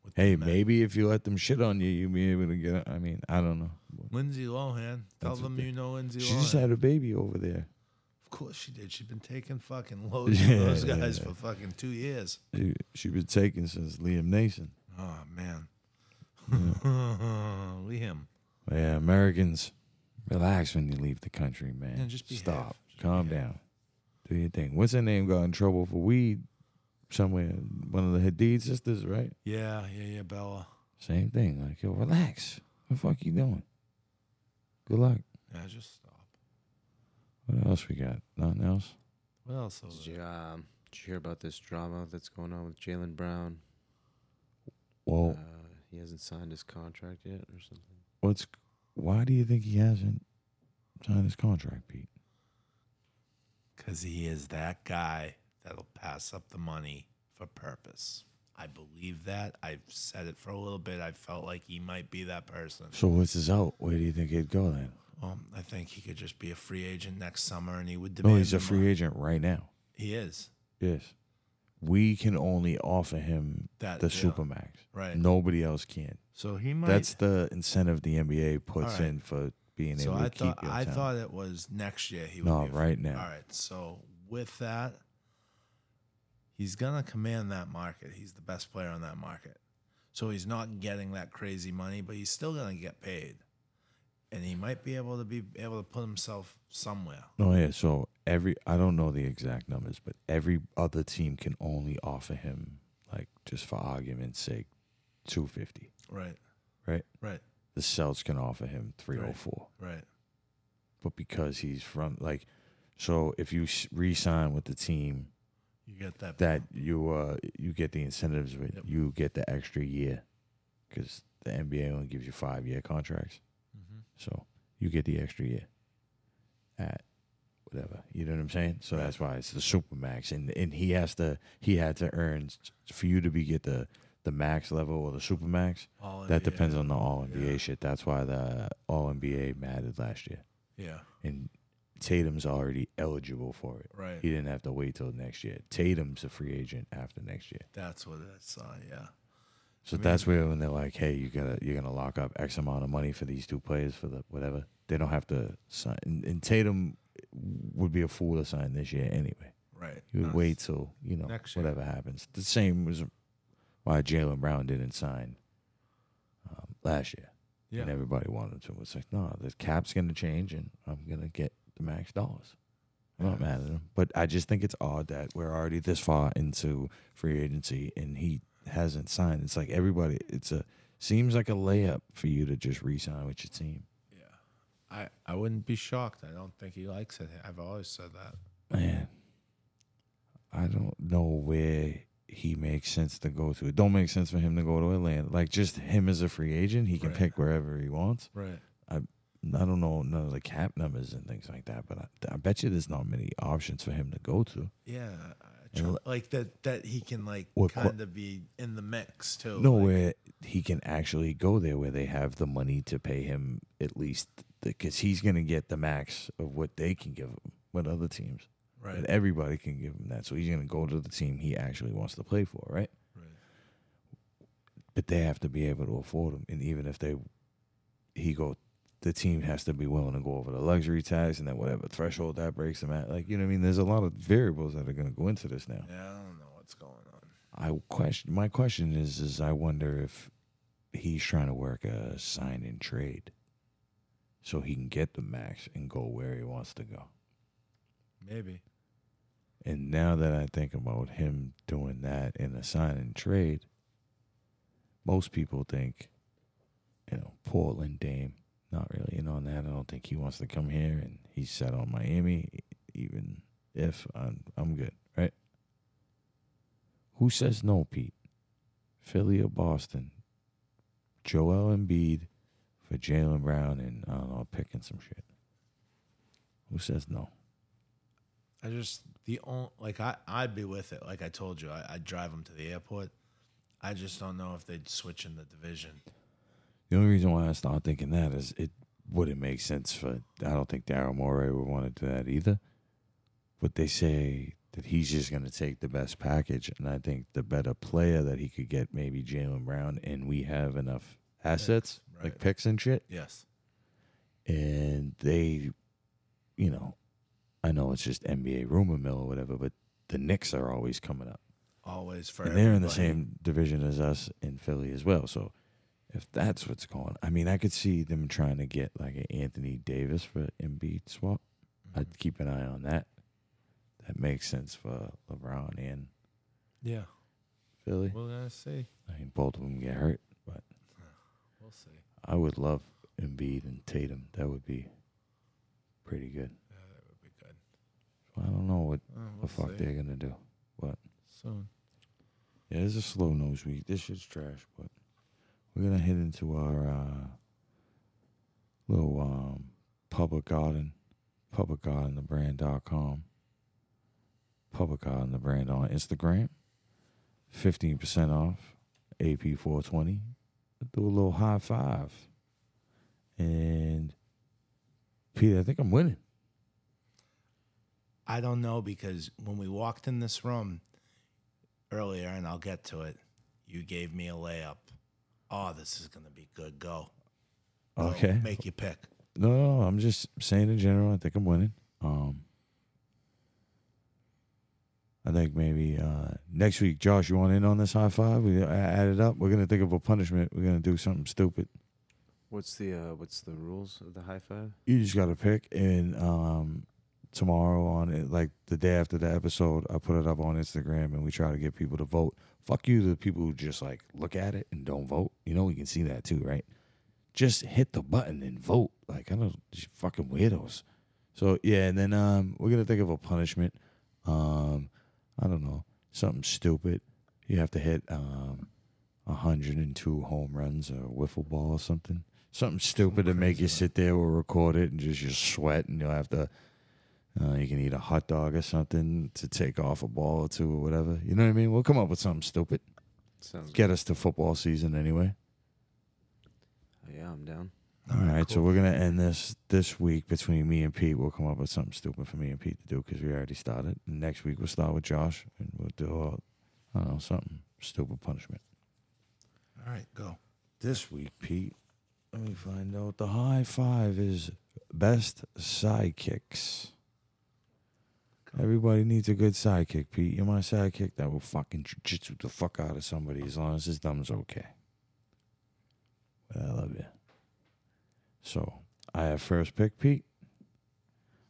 C: with the
A: Hey,
C: men.
A: maybe if you let them shit on you, you'll be able to get. I mean, I don't know.
C: Lindsay Lohan. Tell
A: That's what
C: them
A: they-
C: you know Lindsay
A: She
C: Lohan.
A: just had a baby over there.
C: of course she did. She's been taking
A: [LAUGHS]
C: fucking loads
A: Yeah,
C: of those
A: yeah,
C: guys
A: yeah.
C: for fucking two years.
A: She, she was taken since Liam Nason.
C: Oh man, [LAUGHS] Liam.
A: Yeah, Americans, relax when you leave the country, man.
C: Yeah, just behave.
A: stop.
C: Just
A: Calm
C: behave.
A: down. Do your thing. What's her name? Got in trouble for weed somewhere. One of the Hadid sisters, right?
C: Yeah, yeah, yeah, Bella.
A: Same thing. Like, yo, relax. What the fuck you doing? Good luck.
C: Yeah, just stop.
A: What else we got? Nothing else.
C: What else?
E: Did
C: Was
E: you, um, did you hear about this drama that's going on with Jalen Brown?
A: Well,
E: Uh, he hasn't signed his contract yet or something.
A: what's? Why do you think he hasn't signed his contract, Pete?
C: Because he is that guy that'll pass up the money for purpose. I believe that. I've said it for a little bit. I felt like he might be that person.
A: So what's his out? Where do you think he'd go then?
C: Um, I think he could just be a free agent next summer, and he would
A: No,
C: demand.
A: Oh, he's a
C: the uh,
A: free
C: money.
A: agent right now.
C: He is
A: Yes. We can only offer him
C: That
A: the
C: deal.
A: Supermax.
C: right.
A: Nobody else can.
C: So he might.
A: That's the incentive the NBA
C: All
A: puts
C: right.
A: in for being
C: so
A: able to
C: I thought
A: keep your
C: I
A: talent.
C: thought it was next year. He would
A: No,
C: be a-
A: right now.
C: All right. So with that, he's gonna command that market. He's the best player on that market. So he's not getting that crazy money, but he's still gonna get paid. And he might be able to be able to put himself somewhere.
A: No, yeah. So every I don't know the exact numbers, but every other team can only offer him like just for argument's sake, two fifty.
C: Right.
A: Right.
C: Right.
A: The Celts can offer him three oh four,
C: Right.
A: but because he's from like, so if you s- re-sign with the team
C: You get that.
A: that you uh you get the incentives with,
C: Yep.
A: you get the extra year, because the NBA only gives you five year contracts.
C: Mhm.
A: So you get the extra year at whatever. You know what I'm saying? So that's why it's the super max, and and he has to he had to earn for you to be get the the max level or the super max.
C: All
A: That
C: NBA.
A: depends on the All NBA
C: Oh, Yeah.
A: shit. That's why the All NBA mattered last year,
C: Yeah.
A: and Tatum's already eligible for it.
C: Right.
A: He didn't have to wait till next year. Tatum's a free agent after next year.
C: That's what that's on. Yeah.
A: So that's where when they're like, "Hey, you gotta you're gonna lock up X amount of money for these two players for the whatever." They don't have to sign. And, and Tatum would be a fool to sign this year anyway.
C: Right.
A: He would
C: Nice.
A: wait till you know
C: Next year.
A: whatever happens. The same was why Jalen Brown didn't sign um, last year,
C: Yeah.
A: and everybody wanted him to. It's like, no, the cap's gonna change, and I'm gonna get the max dollars. I'm not mad at him, but I just think it's odd that we're already this far into free agency and he hasn't signed. It's like everybody. It's a seems like a layup for you to just re-sign with your team.
C: I, I wouldn't be shocked. I don't think he likes it. I've always said that.
A: Man, I don't know where he makes sense to go to. It don't make sense for him to go to Atlanta. Like just him as a free agent, he can
C: Right.
A: pick wherever he wants.
C: Right.
A: I don't know none of the cap numbers and things like that, but I, I bet you there's not many options for him to go to.
C: Yeah. I tr-
A: l-
C: like that that he can like
A: Or cl-
C: kind of be in the mix too.
A: No,
C: Oh, like-
A: where he can actually go there where they have the money to pay him at least because he's going to get the max of what they can give him, what other teams,
C: Right.
A: and everybody can give him that. So he's going to go to the team he actually wants to play for, right?
C: Right.
A: But they have to be able to afford him, and even if they, he go, the team has to be willing to go over the luxury tax and then whatever threshold that breaks them at. Like you know what I mean? There's a lot of variables that are going to go into this now.
C: Yeah, I don't know what's going on.
A: I question. My question is: is I wonder if he's trying to work a sign and trade, so he can get the max and go where he wants to go.
C: Maybe.
A: And now that I think about him doing that in a sign and trade, most people think, you know, Portland Dame, not really in on that. I don't think he wants to come here, and he's set on Miami. Even if I'm, I'm good, right? Who says no, Pete? Philly or Boston? Joel Embiid for Jalen Brown and I don't know, picking some shit. Who says no?
C: I just the only like I I'd be with it. Like I told you, I, I'd drive him to the airport. I just don't know if they'd switch in the division.
A: The only reason why I started thinking that is it wouldn't make sense for. I don't think Daryl Morey would want to do that either. But they say that he's just going to take the best package, and I think the better player that he could get, maybe Jalen Brown, and we have enough assets like
C: right.
A: picks and shit.
C: Yes.
A: And they, you know, I know it's just NBA rumor mill or whatever, but the Knicks are always coming up
C: Always for
A: and they're in the
C: everybody.
A: same division as us in Philly as well. So if that's what's going, I mean, I could see them trying to get like an Anthony Davis for Embiid swap.
C: Mm-hmm.
A: I'd keep an eye on that. That makes sense for LeBron and
C: Yeah.
A: Philly.
C: We're gonna see.
A: I mean, both of them get hurt, but
C: We'll see.
A: I would love Embiid and Tatum. That would be pretty good.
C: Yeah, that would be good.
A: I don't know what
C: Uh,
A: the
C: we'll
A: Oh, fuck
C: see.
A: they're gonna do.
C: Soon.
A: Yeah, it's a slow nose week. This shit's trash, but we're gonna head into our uh, little um, public garden, public garden the brand.com, public garden the brand on Instagram. Fifteen percent off, AP four twenty. Do a little high five, and Pete, I think I'm winning.
C: I don't know because when we walked in this room earlier, and I'll get to it, you gave me a layup. Oh, this is gonna be good. Go. Go.
A: Okay.
C: Make your pick.
A: No, no, no, I'm just saying in general. I think I'm winning. Um, I think maybe uh, next week, Josh, you want in on this high five? We a- add it up. We're gonna think of a punishment. We're gonna do something stupid.
E: What's the uh, what's the rules of the high five?
A: You just gotta pick, and um, tomorrow on it, like the day after the episode, I put it up on Instagram, and we try to get people to vote. Fuck you to the people who just like look at it and don't vote. You know we can see that too, right? Just hit the button and vote. Like I don't, just fucking weirdos. So yeah, and then um, we're gonna think of a punishment. Um, I don't know, something stupid. You have to hit um, 102 home runs or a wiffle ball or something. Something stupid to make you sit there or record it and just you sweat and you'll have to. Uh, you can eat a hot dog or something to take off a ball or two or whatever. You know what I mean? We'll come up with something stupid.
E: Sounds
A: Get us to football season anyway.
E: Yeah, I'm down.
A: All right, so we're gonna end this this week between me and Pete. We'll come up with something stupid for me and Pete to do because we already started. And next week we'll start with Josh and we'll do uh, I don't know something stupid punishment.
C: All right, go.
A: This week, Pete, let me find out. The high five is best sidekicks. Everybody needs a good sidekick, Pete. You're my sidekick that will fucking jujitsu the fuck out of somebody as long as his thumb's okay. But I love you. So I have first pick, Pete.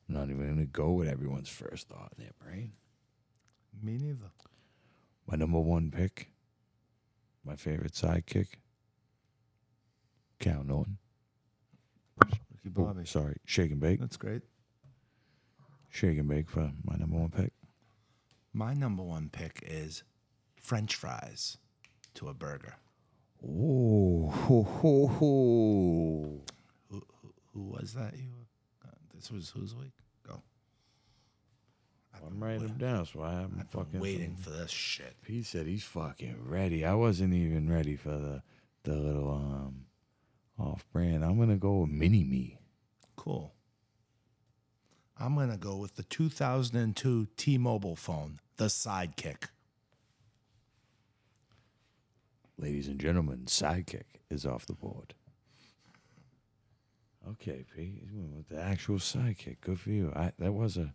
A: I'm not even gonna go with everyone's first thought in their brain.
C: Me neither.
A: My number one pick, my favorite sidekick, Cal Norton.
C: Ricky
A: Oh,
C: Bobby. Uh.
A: sorry, Shake and Bake.
C: That's great.
A: Shake and Bake for my number one pick.
C: My number one pick is French fries to a burger.
A: Ooh, ho, ho, ho.
C: Who who, who was that? You? Uh, this was whose week? Go. I've
A: I'm
C: been
A: writing
C: wait-
A: him down, so I haven't
C: I've been
A: fucking.
C: waiting for this shit.
A: He said he's fucking ready. I wasn't even ready for the the little um off brand. I'm gonna go with Mini Me.
C: Cool. I'm gonna go with the 2002 T-Mobile phone, the Sidekick.
A: Ladies and gentlemen, Sidekick is off the board. Okay, Pete, you went with the actual Sidekick. Good for you. I that was a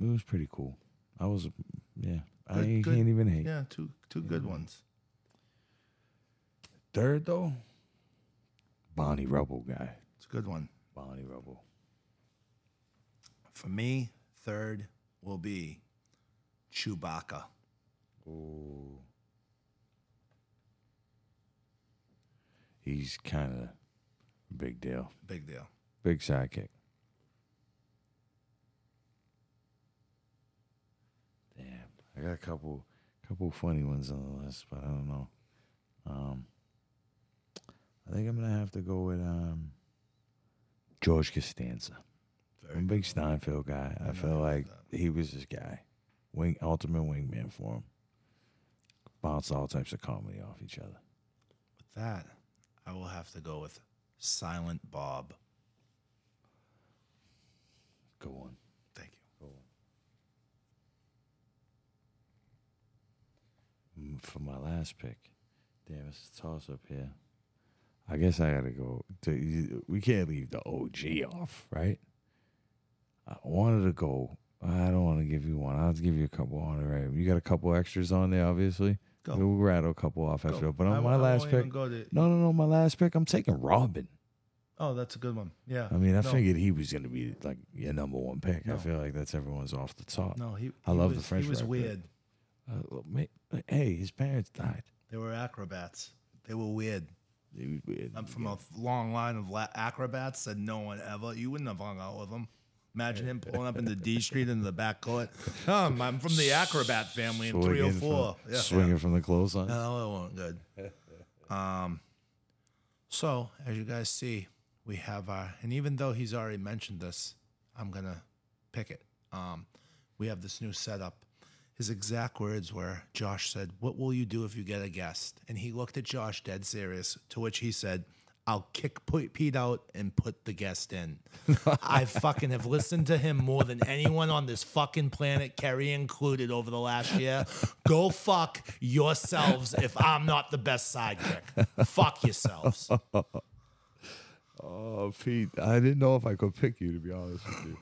A: it was pretty cool. I was yeah. I
C: Good- good-
A: can't even hate.
C: Yeah, two two good ones.
A: Third though, Bonnie Rubble guy.
C: It's a good one.
A: Bonnie Rubble.
C: For me, third will be Chewbacca.
A: Ooh. He's kind of a big deal.
C: Big deal.
A: Big sidekick. Damn. I got a couple couple funny ones on the list, but I don't know. Um I think I'm gonna have to go with um George Costanza. I'm a big Steinfeld guy. I, feel like he was this guy. Wing ultimate wingman for him. Bounce all types of comedy off each other.
C: With that, I will have to go with Silent Bob.
A: Go on.
C: Thank you.
A: Mm, For my last pick. Damn, it's a toss up here. I guess I gotta go. To, you- we can't leave the OG off, right? I wanted to go. I don't want to give you one. I'll give you a couple honorary. You got a couple extras on there, obviously.
C: Go.
A: We'll rattle a couple off after.
C: Go.
A: that. But on
C: I-
A: my
C: I
A: last
C: won't
A: pick,
C: even go to-
A: no, no, no. My last pick, I'm taking Robin.
C: oh, that's a good one. Yeah.
A: I mean, I
C: No,
A: figured he was going to be like your number one pick. I
C: No.
A: feel like that's everyone's off the top.
C: No, he.
A: I
C: he
A: love
C: was,
A: the French
C: He was
A: fry, but-
C: weird.
A: Uh, well, ma- hey, his parents died.
C: They were acrobats. They were weird.
A: They was weird.
C: I'm from a long line of la- acrobats that no one ever. You wouldn't have hung out with them. Imagine him pulling up into D Street into the back court. [LAUGHS] Um, I'm from the acrobat family in
A: Swinging
C: 304.
A: from-
C: Yeah. Uh-huh.
A: Swinging from the clothesline.
C: No, it wasn't good. Um, so as you guys see, we have our, and even though he's already mentioned this, I'm gonna pick it. Um, we have this new setup. His exact words were, Josh said, "What will you do if you get a guest?" And he looked at Josh dead serious. To which he said. I'll kick P- Pete out and put the guest in. I fucking have listened to him more than anyone on this fucking planet, Kerry included, over the last year. Go fuck yourselves if I'm not the best sidekick. Fuck yourselves.
A: Oh, Pete, I didn't know if I could pick you, to be honest with you.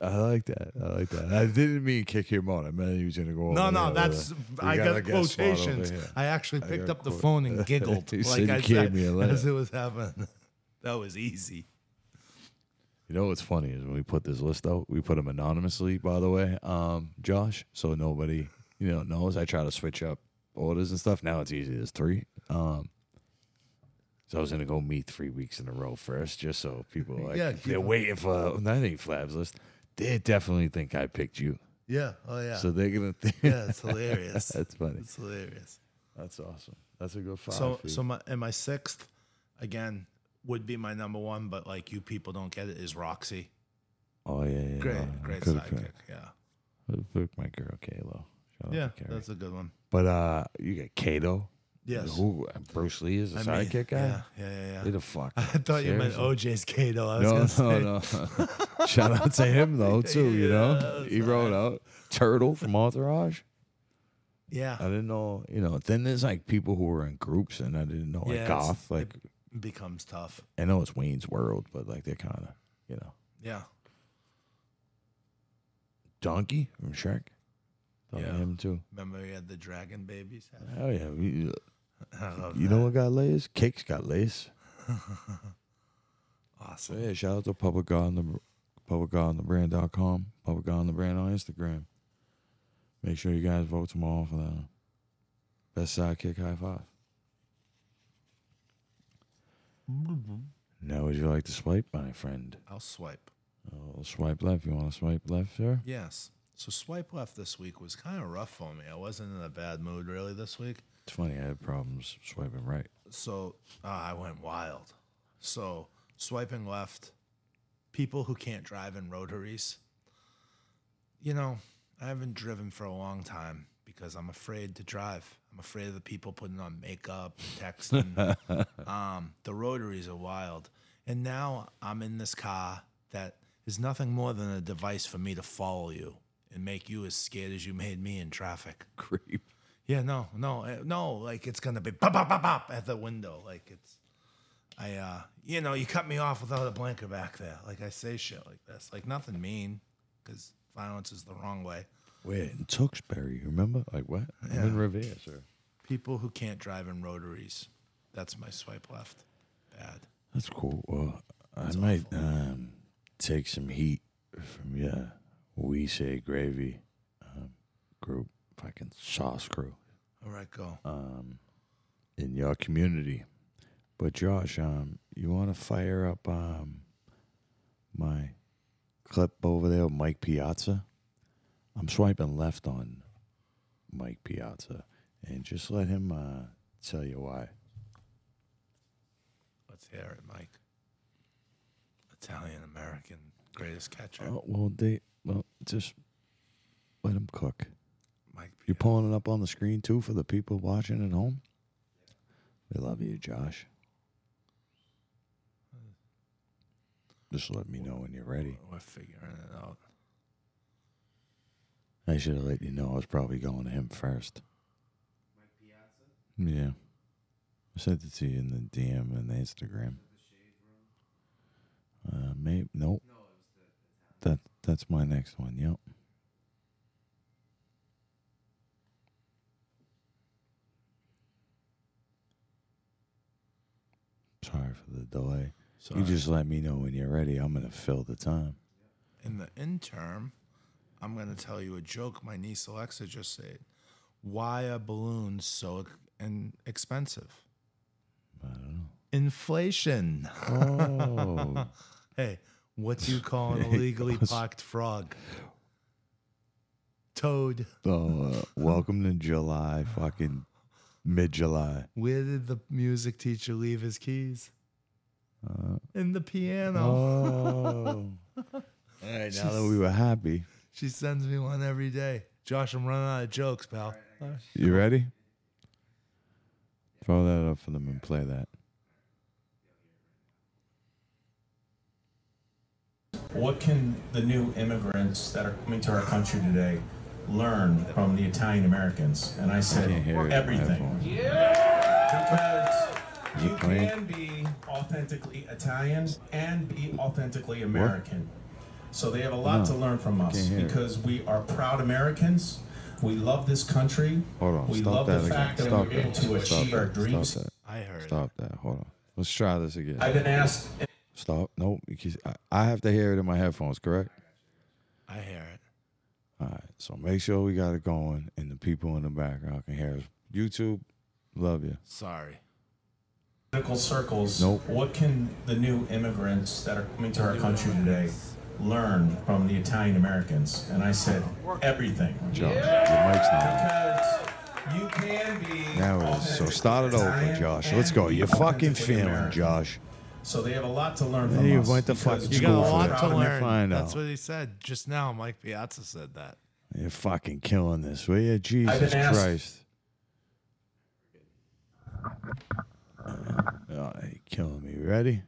A: I like that. I like that. I didn't mean kick your mode. I meant he was gonna go.
C: No,
A: over
C: no,
A: here.
C: that's
A: We
C: I
A: a
C: got
A: guest spot over
C: quotations.
A: here.
C: I actually
A: I
C: picked
A: got
C: up the
A: quote-
C: phone
A: [LAUGHS]
C: and giggled
A: He said
C: like
A: he
C: I
A: gave
C: said
A: me a laugh.
C: [LAUGHS] as it was happening. [LAUGHS] That was easy.
A: You know what's funny is when we put this list out, we put them anonymously, by the way, um, Josh, so nobody you know knows. I try to switch up orders and stuff. Now it's easy. There's three. Um, so I was gonna go meet three weeks in a row first, just so
C: [LAUGHS]
A: people like
C: Yeah,
A: they're waiting for. That ain't Flab's list. They definitely think I picked you,
C: Yeah. Oh yeah.
A: so they're gonna think
C: [LAUGHS] yeah,
A: [LAUGHS]
C: it's hilarious.
A: that's funny.
C: it's hilarious.
A: That's awesome. That's a good five.
C: So
A: Pete.
C: so my and my sixth again would be my number one, but like you people don't get it is Roxy.
A: oh yeah, yeah
C: Great,
A: yeah.
C: great
A: Could've
C: sidekick.
A: picked-
C: Yeah.
A: could've picked my girl Kaylo. Shout out to
C: Yeah,
A: Carrie.
C: that's a good one.
A: But uh, you got Kato.
C: Yes.
A: Who Bruce Lee is a
C: I mean,
A: sidekick guy.
C: Yeah, yeah, yeah.
A: Who
C: yeah.
A: the fuck?
C: [LAUGHS] I thought you meant OJ's Kato. I was
A: [LAUGHS] No,
C: gonna say.
A: no, no. [LAUGHS] Shout out to
C: [LAUGHS]
A: him though too. You know, he wrote out Turtle from Entourage.
C: Yeah. [LAUGHS]
A: I didn't know. You know, then there's like people who were in groups, and I didn't know like
C: Yeah, it's-
A: goth. Like
C: it becomes tough.
A: I know it's Wayne's World, but like they're kind of you know
C: Yeah.
A: Donkey from Shrek. Thought of
C: Yeah.
A: him too.
C: Remember we had the dragon babies?
A: Oh yeah, we,
C: I love
A: you know what got lace? Cakes got lace. So
C: [LAUGHS] awesome.
A: yeah, shout out to Public God on the Public God on the Brand.com, Public God on the Brand on Instagram. Make sure you guys vote tomorrow for that. Best sidekick high five. Now would you like to swipe, my friend?
C: I'll swipe.
A: Oh, swipe left. You want to swipe left, sir?
C: Yes. So swipe left this week was kind of rough for me. I wasn't in a bad mood really this week.
A: It's funny. I had problems swiping right.
C: So uh, I went wild. So swiping left, people who can't drive in rotaries. You know, I haven't driven for a long time because I'm afraid to drive. I'm afraid of the people putting on makeup, texting. um, the rotaries are wild. And now I'm in this car that is nothing more than a device for me to follow you and make you as scared as you made me in traffic.
A: Creep.
C: Yeah, no, no, uh, no. Like it's gonna be pop, pop, pop, pop at the window. Like it's, I, uh, you know, you cut me off without a blinker back there. Like I say shit like this, like nothing mean, because violence is the wrong way.
A: Wait, in Tewksbury, you remember? Like what? I'm in Revere, sir.
C: People who can't drive in rotaries, that's my swipe left. Bad.
A: That's cool. Well, I might um, take some heat from yeah, we say gravy um, group, fucking sauce crew
C: All right, go.
A: um, in your community. But Josh, um, you want to fire up um, my clip over there, with Mike Piazza? I'm swiping left on Mike Piazza, and just let him uh, tell you why.
C: Let's hear it, Mike. Italian American greatest catcher,
A: Oh, well, they well just let them cook.
C: Mike.
A: You're
C: Pia.
A: pulling it up on the screen too for the people watching at home. We love you, Josh. Just let me know when you're ready.
C: We're figuring it out.
A: I should have let you know I was probably going to him first. Yeah. I sent it to you in the DM and the Instagram. Uh, maybe nope. That that's my next one. Yep. Sorry for the delay.
C: So
A: You just let me know when you're ready. I'm gonna fill the time.
C: In the interim, I'm going to tell you a joke my niece Alexa just said. Why are balloons so ex- and expensive?
A: I don't know.
C: Inflation.
A: Oh,
C: [LAUGHS] Hey, what do you call an illegally parked frog? Toad.
A: So, uh, welcome to July, fucking mid July.
C: Where did the music teacher leave his keys? In the piano.
A: Uh,
C: [LAUGHS]
F: [LAUGHS]
A: Oh. All right, now that we were happy,
C: She sends me one every day. Josh, I'm running out of jokes, pal.
A: you ready? Throw that up for them and play that.
F: What can the new immigrants that are coming to our country today learn from the Italian Americans? And I said,
A: Can't hear it.
F: everything.
A: Headphones.
F: Because
A: Is it
F: you
A: playing?
F: can be authentically Italian and be authentically American. So they have a lot
A: No,
F: to learn from us
A: can't hear it.
F: because we are proud Americans. We love this country.
A: Hold on.
F: We
A: Stop
F: love
A: that
F: the
A: again.
F: fact that
A: Stop
F: we're able
A: that.
F: to
A: Stop
F: achieve our
A: that.
F: dreams.
A: Stop that.
C: I heard.
A: Stop that. Hold on. Let's try this again.
F: I've been asked
A: Stop. Nope. Because I, I have to hear it in my headphones, correct?
C: I hear it.
A: All right. So make sure we got it going and the people in the background can hear us. YouTube, love you.
C: Sorry.
F: political circles.
A: Nope.
F: What can the new immigrants that are coming to our country today learn from the Italian Americans? And I said, everything.
A: Josh, your mic's not on.
F: Because you can be.
A: Now it is. So start it over,
F: Italian
A: Josh.
F: and
A: Let's go.
F: be
A: You're fucking
F: authentically
A: feeling,
F: American.
A: Josh.
F: So they have a lot to learn
A: Yeah,
F: from
A: you
F: us.
A: went to
F: because
A: fucking
F: we
A: You
C: You
A: got
C: got
A: School
C: a lot
A: a for lot that.
C: to
A: to learn.
C: learn.
A: Find
C: That's
A: out.
C: what he said just now. Mike Piazza said that.
A: You're fucking killing this, will you? Jesus
F: asked-
A: Christ. Uh, oh, you're killing me. Ready?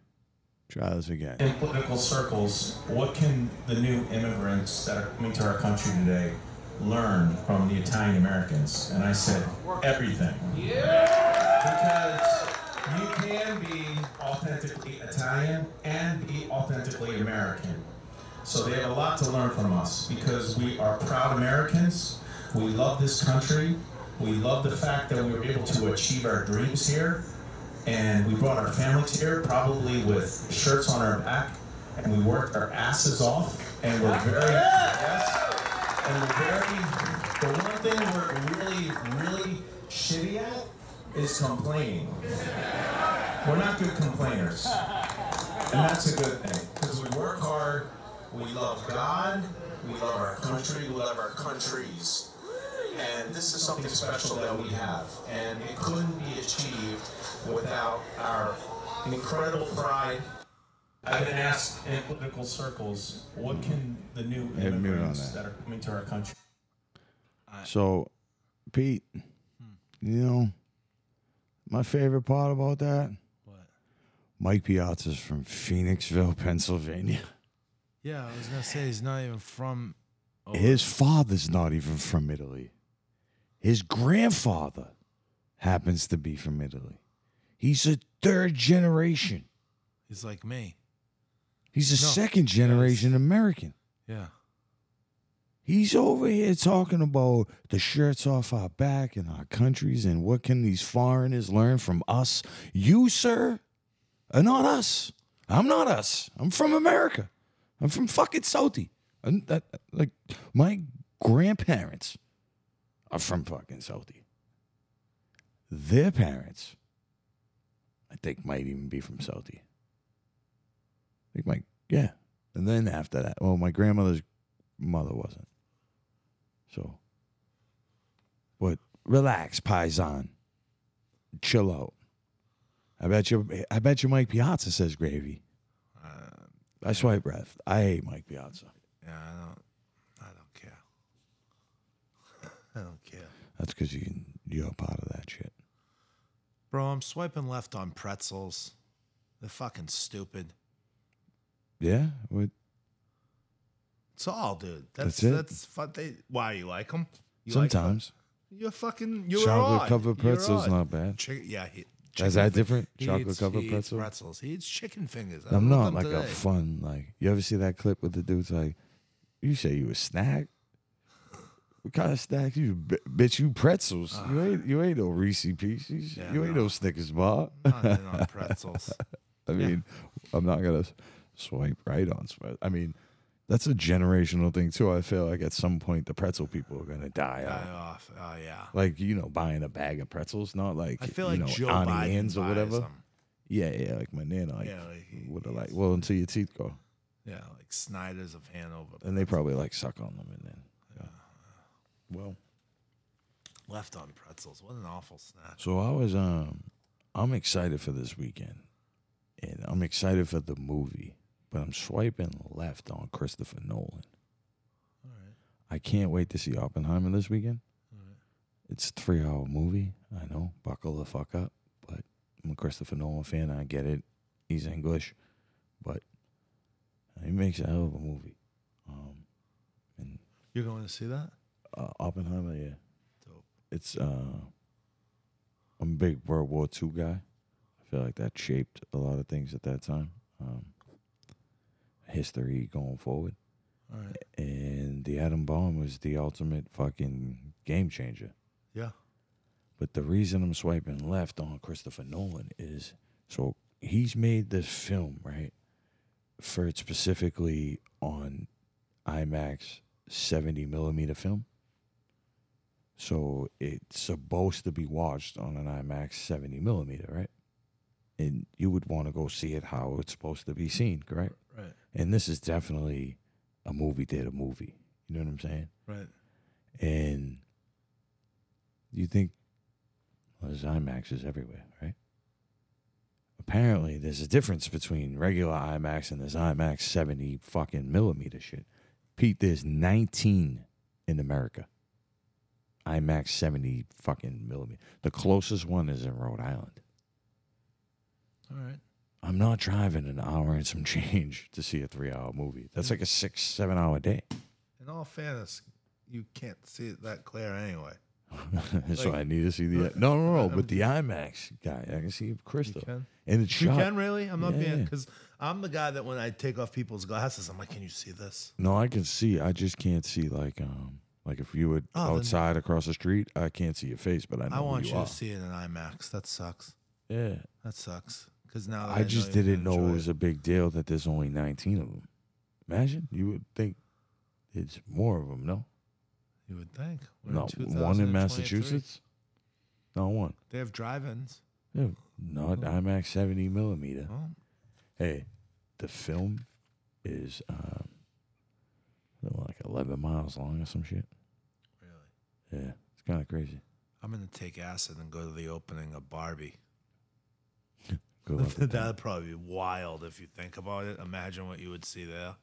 A: Try this again.
F: In political circles, what can the new immigrants that are coming to our country today learn from the Italian Americans? And I said, everything. Because you can be authentically Italian and be authentically American. So they have a lot to learn from us because we are proud Americans. We love this country. We love the fact that we were able to achieve our dreams here. And we brought our families here, probably with shirts on our back. And we worked our asses off. And we're very, yes. And we're very, the one thing we're really, really shitty at is complaining. We're not good complainers. And that's a good thing because we work hard, we love God, we love our country, we love our countries. And this is something special that we have. And it couldn't be achieved without our incredible pride. I've been asked in political circles, what can the new
A: mute on
F: immigrants
A: that.
F: that are coming to our country
A: So, Pete, you know, my favorite part about that?
C: What?
A: Mike Piazza's from Phoenixville, Pennsylvania.
C: Yeah, I was gonna say he's not even from. over-
A: His father's not even from Italy. His grandfather happens to be from Italy. He's a third generation.
C: He's like me.
A: He's a
C: No,
A: second generation American.
C: Yeah.
A: He's over here talking about the shirts off our back and our countries and what can these foreigners learn from us. You, sir, are not us. I'm not us. I'm from America. I'm from fucking Saudi. And that, like my grandparents are from fucking Saudi. Their parents, I think, might even be from Saudi. I think my yeah. And then after that, well, my grandmother's mother wasn't. So, but relax, Paisan. Chill out. I bet you. I bet you Mike Piazza says gravy.
C: Uh,
A: I swipe breath. I hate Mike Piazza.
C: yeah. I don't. I don't care. [LAUGHS] I don't care.
A: That's because you you're part of that shit.
C: Bro, I'm swiping left on pretzels. They're fucking stupid.
A: Yeah. What?
C: It's all, dude. That's
A: That's it.
C: that's, fun. They, why you like them? You like 'em?
A: sometimes
C: you're fucking. You're
A: chocolate
C: odd.
A: covered
C: You're
A: pretzels
C: odd.
A: not bad.
C: Chick- yeah, he,
A: Is
C: chicken
A: that
C: fi-
A: different?
C: he
A: Chocolate
C: eats-
A: covered
C: he eats
A: pretzel?
C: pretzels. He eats chicken fingers. I
A: I'm
C: love
A: not
C: them
A: like a
C: today.
A: fun like. You ever see that clip with the dude's like, "You say you a snack? What kind of snack? You b- bitch, you pretzels. you ain't you ain't no Reese Pieces.
C: Yeah,
A: you ain't
C: [LAUGHS]
A: no,
C: no.
A: Snickers bar.
C: Not in
A: [LAUGHS]
C: on pretzels.
A: I mean, I'm not gonna s- swipe right on. swi- I mean, that's a generational thing too. I feel like at some point the pretzel people are gonna
C: Die
A: die out.
C: off. Oh yeah.
A: Like you know, buying a bag of pretzels, not like
C: I feel
A: you
C: like
A: know,
C: Joe
A: Auntie
C: Biden
A: Anne's or
C: buys
A: whatever.
C: 'em.
A: Yeah, yeah, like my nana, like,
C: Yeah, like he-
A: would have
C: he's-
A: like, well, until your teeth go.
C: Yeah, like Snyder's of Hanover.
A: And they probably like suck on them and then. Well,
C: left on pretzels. What an awful snack.
A: so I was um, I'm excited for this weekend, and I'm excited for the movie, but I'm swiping left on Christopher Nolan.
C: All right.
A: I can't wait to see Oppenheimer this weekend. It's a three hour movie. I know, buckle the fuck up, but I'm a Christopher Nolan fan. I get it. He's English, but he makes a hell of a movie. Um, and
C: You're going to see that?
A: uh, Oppenheimer, yeah.
C: Dope.
A: it's uh I'm a big World War II guy. I feel like that shaped a lot of things at that time. Um history going forward.
C: All right.
A: and the atom bomb was the ultimate fucking game changer.
C: Yeah.
A: But the reason I'm swiping left on Christopher Nolan is so he's made this film, right? For it specifically on IMAX 70 millimeter film. So it's supposed to be watched on an IMAX 70 millimeter, right? And you would want to go see it how it's supposed to be seen, correct?
C: Right.
A: And this is definitely a movie theater movie. You know what I'm saying?
C: Right.
A: And you think, well, there's IMAXs everywhere, right? Apparently, there's a difference between regular IMAX and this IMAX 70 fucking millimeter shit. Pete, there's 19 in America. IMAX 70 fucking millimeter. The closest one is in Rhode Island.
C: All right.
A: I'm not driving an hour and some [LAUGHS] change to see a three hour movie. That's like a six, seven hour day.
C: In all fairness, you can't see it that clear anyway.
A: so [LAUGHS]
C: Like-
A: I need to
C: [LAUGHS]
A: see the no, no, no. But the IMAX guy, I can see crystal,
C: can?
A: and it's
C: You
A: shot.
C: can really? I'm not being
A: Yeah.
C: because I'm the guy that when I take off people's glasses, I'm like, can you see this?
A: No, I can see. I just can't see like um like if you were
C: Oh, then-
A: outside across the street, I can't see your face, but I know
C: I want
A: who
C: you to
A: you, are.
C: see it in IMAX. That sucks.
A: yeah,
C: That sucks. Because now that
A: I just
C: Oh, you're
A: didn't
C: gonna
A: know it
C: enjoy
A: was a big deal that there's only 19 of them. Imagine you would think it's more of them. No,
C: You would think. We're
A: no, one in
C: 2023.
A: Massachusetts. No one.
C: They have drive-ins. Oh.
A: Yeah, not IMAX 70 millimeter.
C: Well,
A: Hey, the film is um, like 11 miles long or some shit.
C: really.
A: Yeah, it's kind of crazy.
C: I'm gonna take acid and go to the opening of Barbie.
A: Good
C: [LAUGHS]
A: luck with that.
C: That'd probably be wild if you think about it. Imagine what you would see there,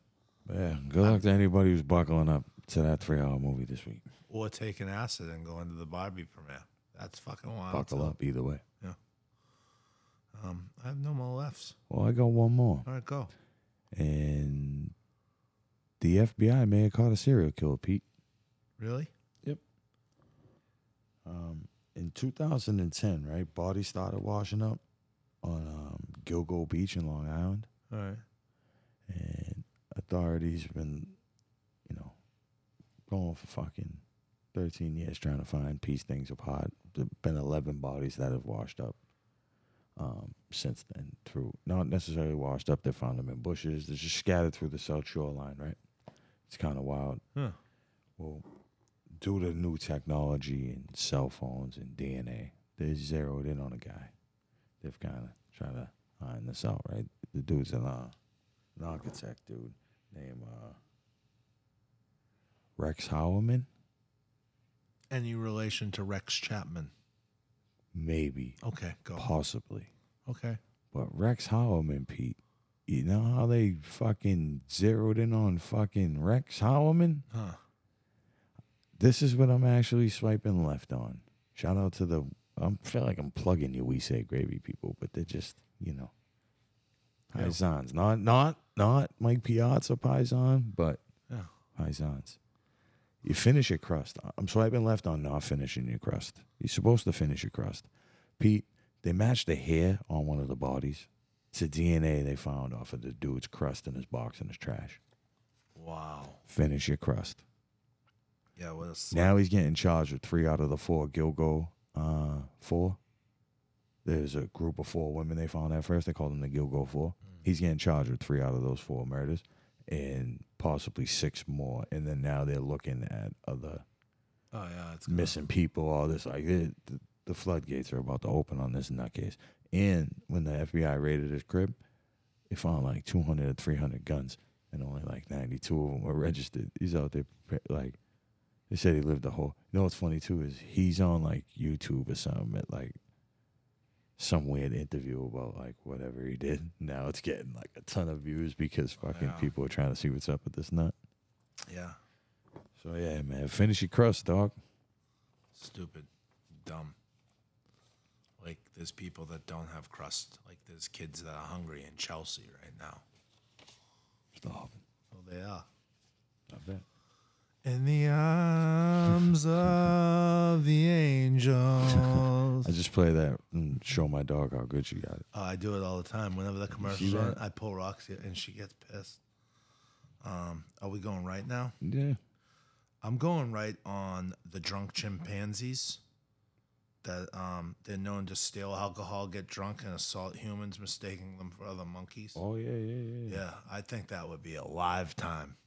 A: Yeah, good luck to anybody who's buckling up to that three-hour movie this week.
C: or taking acid and going to the Barbie premiere. That's fucking wild.
A: Buckle
C: too.
A: up either way.
C: Um, I have no more lefts.
A: Well, I got one more,
C: All right, go.
A: and the FBI may have caught a serial killer, Pete.
C: Really?
A: Um, in 2010, right? Bodies started washing up on um, Gilgo Beach in Long Island.
C: All right.
A: and authorities been, you know, going for fucking thirteen years trying to find piece things apart. There've been eleven bodies that have washed up um, since then. Through not necessarily washed up, they found them in bushes. They're just scattered through the south shoreline. Right? It's kind of wild.
C: Huh.
A: Well, due to new technology and cell phones and DNA, they zeroed in on a guy. They've kind of tried to iron this out, right? The dude's an uh, an architect dude named uh, Rex Howerman,
C: Any relation to Rex Chapman?
A: maybe,
C: Okay, go.
A: possibly.
C: Okay.
A: But Rex Howerman, Pete, you know how they fucking zeroed in on fucking Rex Howerman?
C: Huh.
A: This is what I'm actually swiping left on. Shout out to the. I feel like I'm plugging you, we say gravy people, but they're just you know,
C: Yeah.
A: Pisons. Not not not Mike Piazza Pison, but
C: Yeah.
A: Pisons. You finish your crust. I'm swiping left on not finishing your crust. You're supposed to finish your crust. Pete, they matched the hair on one of the bodies to DNA they found off of the dude's crust in his box in his trash.
C: Wow.
A: Finish your crust.
C: Yeah. What a sl-
A: Now he's getting charged with three out of the four Gilgo uh, four. There's a group of four women they found at first. They called them the Gilgo four. He's getting charged with three out of those four murders and possibly six more. And then now they're looking at other
C: Oh yeah, it's gonna-
A: missing people, all this. Like the, the- the floodgates are about to open on this nutcase. And when the FBI raided his crib, they found like 200 or 300 guns, and only like 92 of them were registered. He's out there prepa- like. They said he lived a whole. You know what's funny too is he's on like YouTube or something at like some weird interview about like whatever he did. Now it's getting like a ton of views because fucking
C: Yeah.
A: people are trying to see what's up with this nut.
C: Yeah.
A: So yeah, man, finish your crust, dog.
C: Stupid. Dumb. Like there's people that don't have crust. Like there's kids that are hungry in Chelsea right now.
A: Stop.
C: Oh, they are.
A: I bet.
C: In the arms of the angels. [LAUGHS]
A: I just play that and show my dog how good she got it.
C: Oh, I do it all the time. Whenever the commercial's
A: see
C: on,
A: that?
C: I pull Roxy and she gets pissed. Um, are we going right now?
A: Yeah.
C: I'm going right on the drunk chimpanzees that um, they're known to steal alcohol, get drunk, and assault humans, mistaking them for other monkeys.
A: Oh yeah, yeah, yeah.
C: Yeah, I think that would be a live time.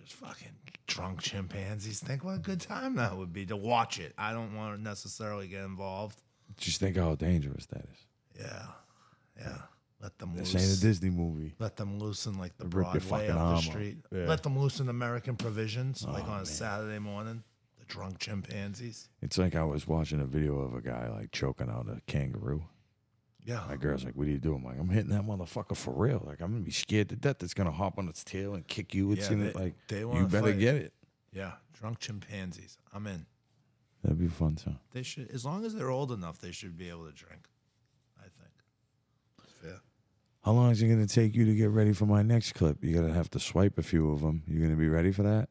C: Just fucking drunk chimpanzees. Think what a good time that would be to watch it. I don't want to necessarily get involved.
A: Just think how dangerous that is.
C: Yeah, yeah. Let them
A: This
C: loose.
A: ain't a Disney movie.
C: Let them loosen like the
A: Rip your
C: Broadway
A: fucking
C: up
A: arm
C: the
A: off.
C: street.
A: Yeah. Oh,
C: Let them loosen American provisions like on a Saturday morning. The drunk chimpanzees.
A: It's like I was watching a video of a guy like choking out a kangaroo.
C: Yeah.
A: My girl's like, "What are you doing?" I'm like, "I'm hitting that motherfucker for real. Like, I'm gonna be scared to death. It's gonna hop on its tail and kick you. It's
C: Yeah,
A: gonna
C: they-
A: like
C: they
A: you
C: wanna
A: better
C: fight.
A: get it.
C: yeah. Drunk chimpanzees. I'm in.
A: That'd be fun too.
C: They should as long as they're old enough, they should be able to drink. I think. Fair.
A: How long is it gonna take you to get ready for my next clip? You're gonna have to swipe a few of them. You're gonna be ready for that?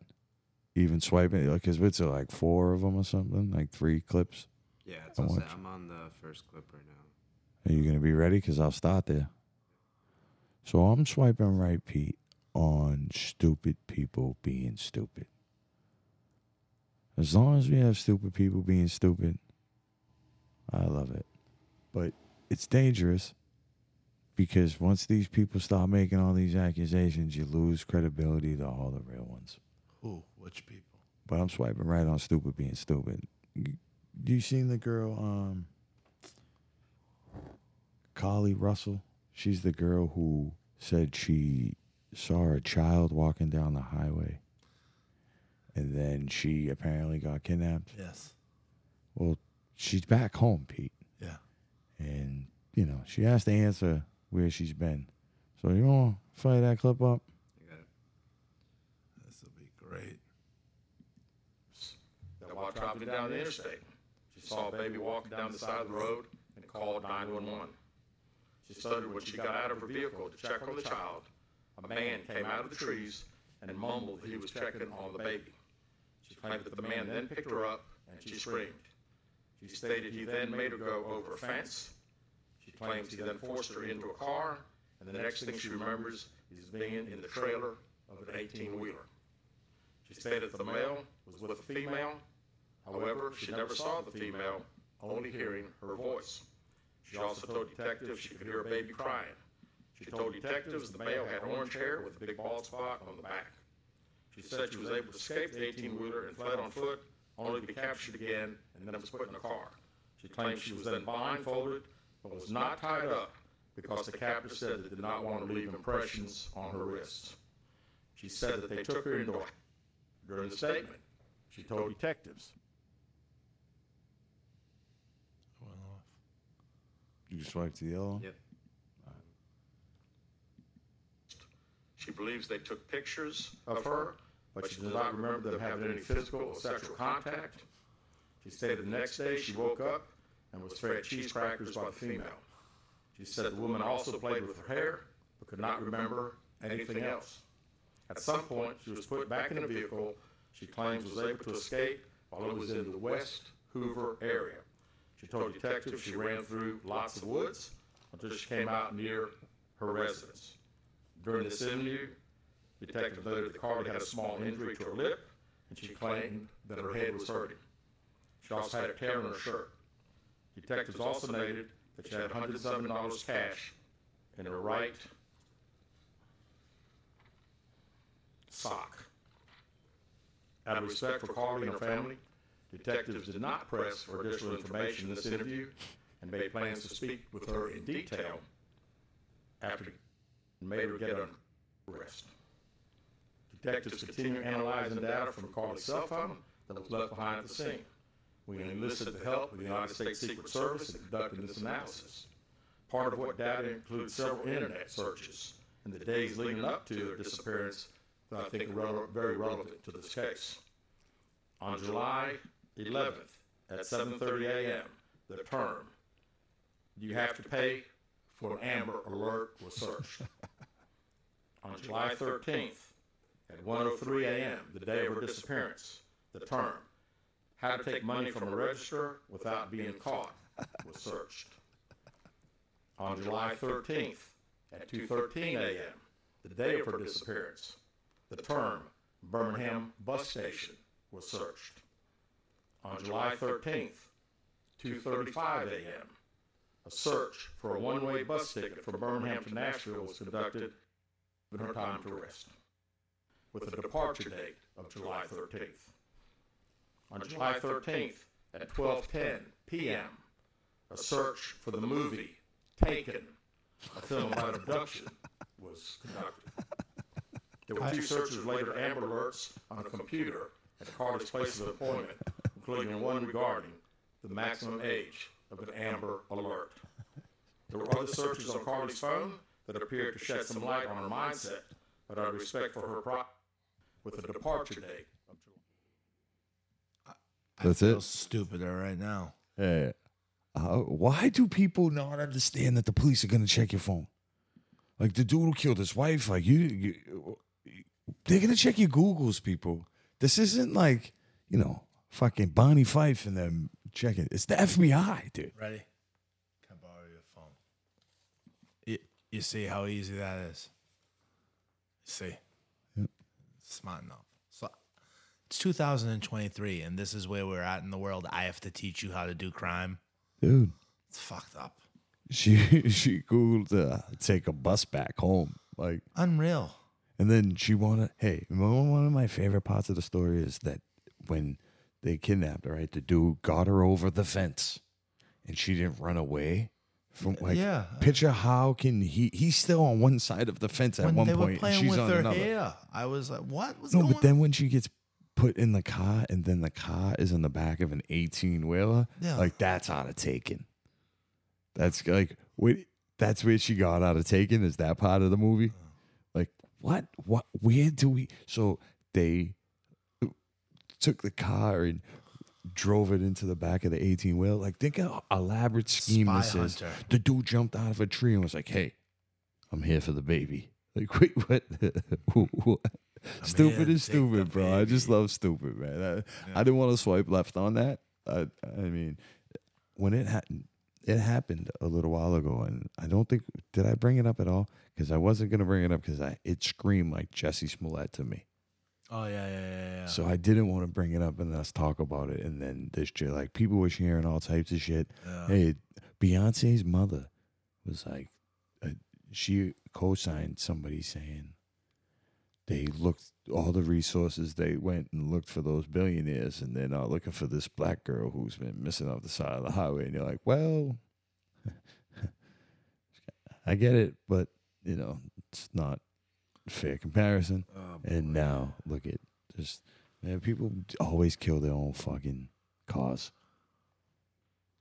A: Even swiping because it's uh, like four of them or something, like three clips.
G: Yeah, it's
A: I
G: all set.
A: watch.
G: I'm on the first clip right now.
A: Are you gonna be ready? Because I'll start there. So I'm swiping right, Pete, on stupid people being stupid. As long as we have stupid people being stupid, I love it. But it's dangerous because once these people start making all these accusations, you lose credibility to all the real ones.
C: Who? Which people?
A: But I'm swiping right on stupid being stupid. You, you seen the girl, um, Carly Russell? She's the girl who said she saw a child walking down the highway. And then she apparently got kidnapped.
C: Yes.
A: Well, she's back home, Pete.
C: Yeah.
A: And, you know, she has to answer where she's been. So you want to fire that clip up?
G: I got it.
C: This will be great.
F: that while driving down the interstate, she saw a baby walking down the side of the road and called 911. She stuttered when she got out of her vehicle to check on the child. A man came out of the trees and mumbled he was checking on the baby. She claimed that the man then picked her up and she screamed. She stated he then made her go over a fence. She claims he then forced her into a car, and the next thing she remembers is being in the trailer of an 18-wheeler. She stated the male was with a female. However, she never saw the female, only hearing her voice. She also told detectives she could hear a baby crying. She told detectives the male had orange hair with a big bald spot on the back. She said she was able to escape the 18-wheeler and fled on foot, only to be captured again and then was put in a car. She claimed she was then blindfolded, but was not tied up because the captor said they did not want to leave impressions on her wrists. She said that they took her into a during the statement. She told detectives
C: Went off.
A: You can swipe to the yellow. one?
G: Yep.
F: She believes they took pictures of her, but she does not remember them having any physical or sexual contact. She stated the next day she woke up and was fed cheese crackers by the female. She said the woman also played with her hair, but could not remember anything else. At some point, she was put back in a vehicle she claims was able to escape while it was in the West Hoover area. She told detectives she ran through lots of woods until she came out near her residence. During this interview, detective noted that Carly had a small injury to her lip, and she claimed that her head was hurting. She also had a tear in her shirt. Detectives also noted that she had $107 cash in her right sock. Out of respect for Carly and her family, detectives did not press for additional information in this interview and made plans to speak with her in detail after made her get under arrest. Detectives continue analyzing data from Carly's cell phone that was left behind at the scene. We enlisted the help of the United States Secret Service in conducting this analysis. Part of what data includes several internet searches in the days leading up to their disappearance that I think are rele- very relevant to this case. On July 11th at 7:30 a.m., the term "You have to pay for an Amber Alert" was searched. [LAUGHS] On July 13th at 1:03 a.m., the day of her disappearance, the term "How to take money from a register without being caught" was [LAUGHS] searched. On July 13th at 2:13 a.m., the day of her disappearance,
H: the term Birmingham bus station was searched. On July 13th, 2:35 a.m., a search for a one-way bus ticket from Birmingham to Nashville was conducted, given her time to rest, with a departure date of July 13th. On July 13th, at 12:10 p.m., a search for the movie Taken, a film about abduction, was conducted. There were two searches later, Amber Alerts on a computer at Carter's place of employment, including one regarding the maximum age of an Amber Alert. There were other searches on Carly's phone that appeared to shed some light on her mindset but out of respect for her pro- with a departure date of July.
A: That's
C: I feel
A: it?
C: Stupider right now.
A: Yeah. How- Uh, why do people not understand that the police are gonna check your phone? Like the dude who killed his wife, like you, you they're gonna check your Googles, people. This isn't like you know fucking Bonnie Fife and them checking. It's the FBI, dude.
C: Ready? Can I borrow your phone? You, you see how easy that is? You see? Smart enough. So it's 2023, and this is where we're at in the world. I have to teach you how to do crime.
A: Dude,
C: It's fucked up.
A: she [LAUGHS] she googled uh, take a bus back home, like,
C: Unreal.
A: and then she wanna. Hey, one one of my favorite parts of the story is that when they kidnapped her, right, the dude got her over the fence, and she didn't run away. From like,
C: Yeah.
A: Picture how can he? He's still on one side of the fence at
C: when
A: one
C: they were
A: point, and
C: playing
A: she's
C: with
A: on
C: her
A: another.
C: hair, I was like, what was
A: No,
C: going
A: but then when she gets put in the car, and then the car is in the back of an eighteen wheeler,
C: Yeah.
A: like that's out of taken. That's like wait, that's where she got out of taken. Is that part of the
C: Uh.
A: movie? Like what? What? Where do we? So they took the car and drove it into the back of the eighteen wheeler. Like think how elaborate scheme
C: Spy
A: this is.
C: hunter.
A: The dude jumped out of a tree and was like, "Hey, I'm here for the baby." Like [LAUGHS] wait, what? what?
C: here to
A: stupid
C: take
A: is
C: the
A: stupid, bro. I just
C: baby.
A: love stupid, man. I, I didn't want to swipe left on that. I, I mean, when it happened, it happened a little while ago, and I don't think did I bring it up at all because I wasn't gonna bring it up because I it screamed like Jesse Smollett to me.
C: Oh, yeah, yeah, yeah, yeah.
A: So I didn't want to bring it up and us talk about it. And then this shit, like people were sharing all types of shit. Hey, Beyonce's mother was like, uh, she co-signed somebody saying they looked all the resources they went and looked for those billionaires, and they're not looking for this black girl who's been missing off the side of the highway. And you're like, well, [LAUGHS] I get it, but you know, it's not fair comparison. and now look at just man, people always kill their own fucking cause.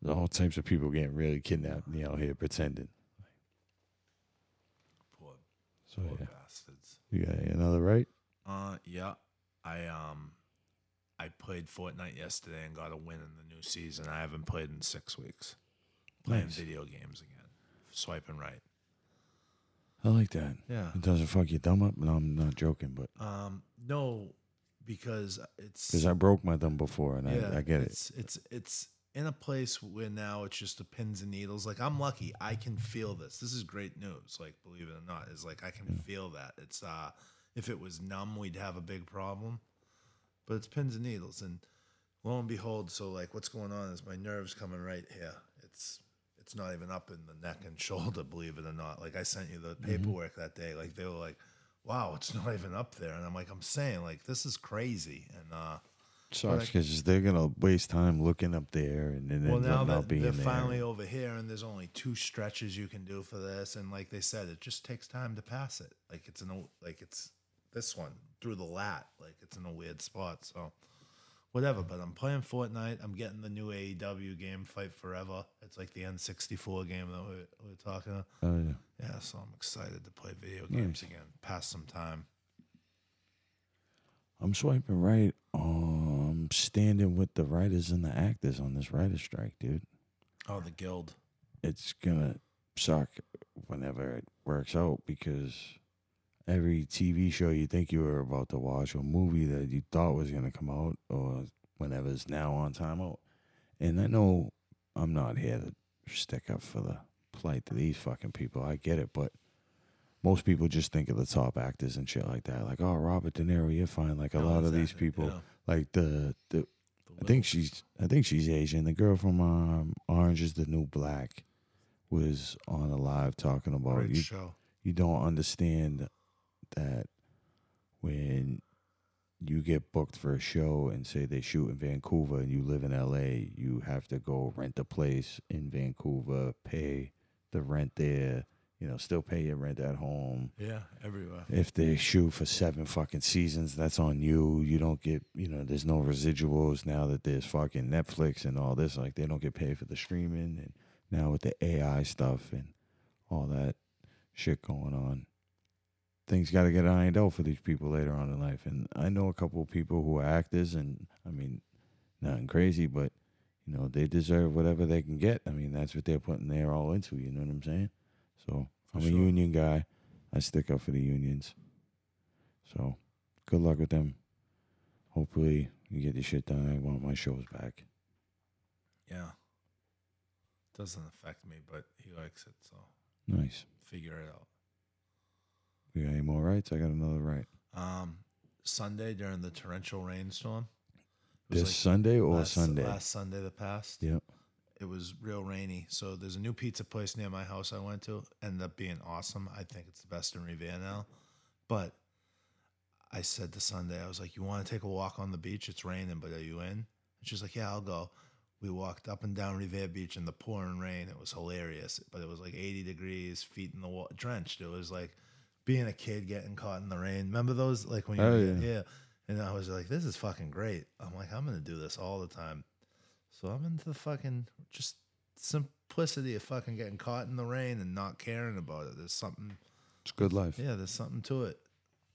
A: There's All types of people getting really kidnapped and they out here pretending.
C: Poor,
A: So
C: poor
A: yeah,
C: bastards.
A: you got another right?
C: Uh, yeah. I um, I played Fortnite yesterday and got a win in the new season. I haven't played in six weeks. Playing
A: Nice.
C: video games again, swiping right.
A: I like that.
C: Yeah.
A: It doesn't fuck your thumb up, and I'm not joking, but
C: Um, no, because it's
A: because I broke my thumb before, and
C: yeah,
A: I, I get it.
C: it's, It's it's in a place where now it's just the pins and needles. Like I'm lucky, I can feel this. This is great news. Like believe it or not, is like I can feel that. It's uh, if it was numb, we'd have a big problem, but it's pins and needles. And lo and behold, so like what's going on is my nerves coming right here. It's it's not even up in the neck and [LAUGHS] shoulder, believe it or not. Like I sent you the
A: Mm-hmm.
C: paperwork that day. Like they were like, "Wow, it's not even up there," and I'm like, "I'm saying like this is crazy." And uh,
A: Sucks because they're gonna waste time looking up there and, then
C: well, now
A: not
C: that
A: being
C: they're
A: there.
C: finally over here, and there's only two stretches you can do for this, and like they said, it just takes time to pass it. Like it's in a like it's this one through the lat, like it's in a weird spot. So whatever. But I'm playing Fortnite. I'm getting the new AEW game, Fight Forever. It's like the N64 game that we're, we're talking. About.
A: oh yeah.
C: Yeah, so I'm excited to play video games again, pass some time.
A: I'm swiping right. Um, standing with the writers and the actors on this writer strike, dude.
C: Oh, the guild.
A: It's gonna suck whenever it works out because every TV show you think you were about to watch or movie that you thought was gonna come out or whenever is now on timeout. And I know I'm not here to stick up for the plight of these fucking people. I get it, but most people just think of the top actors and shit like that. Like, oh, Robert De Niro, you're fine. Like a lot of these people,
C: yeah.
A: like the the, I think she's I think she's Asian. The girl from um, Orange Is the New Black was on a live talking about
C: Great
A: you.
C: show.
A: You don't understand that when you get booked for a show and say they shoot in Vancouver and you live in LA, you have to go rent a place in Vancouver, pay the rent there, you know, still pay your rent at home.
C: Yeah, everywhere.
A: If they shoot for seven fucking seasons, that's on you. You don't get, you know, there's no residuals now that there's fucking Netflix and all this. Like they don't get paid for the streaming and now with the AI stuff and all that shit going on. Things got to get ironed out for these people later on in life. And I know a couple of people who are actors, and I mean, nothing crazy, but you know, they deserve whatever they can get. I mean, that's what they're putting their all into. You know what I'm saying? So I'm a union guy. I stick up for the unions. So good luck with them. Hopefully you get the shit done. I want my shows back.
C: Yeah. Doesn't affect me, but he likes it, so
A: Nice.
C: figure it out.
A: We got any more rights? I got another right.
C: Um, Sunday during the torrential rainstorm. It was
A: This
C: like
A: Sunday or
C: last,
A: Sunday?
C: Last Sunday that passed.
A: Yep.
C: It was real rainy. So there's a new pizza place near my house I went to. Ended up being awesome. I think it's the best in Revere now. But I said to Sunday, I was like, You want to take a walk on the beach? It's raining, but are you in? And she's like, Yeah, I'll go. We walked up and down Revere Beach in the pouring rain. It was hilarious, but it was like 80 degrees, feet in the water, drenched. It was like being a kid getting caught in the rain. Remember those? Like when you
A: Oh,
C: were
A: yeah.
C: yeah. And I was like, This is fucking great. I'm like, I'm going to do this all the time. So I'm into the fucking just simplicity of fucking getting caught in the rain and not caring about it. There's something,
A: It's good life.
C: yeah, there's something to it.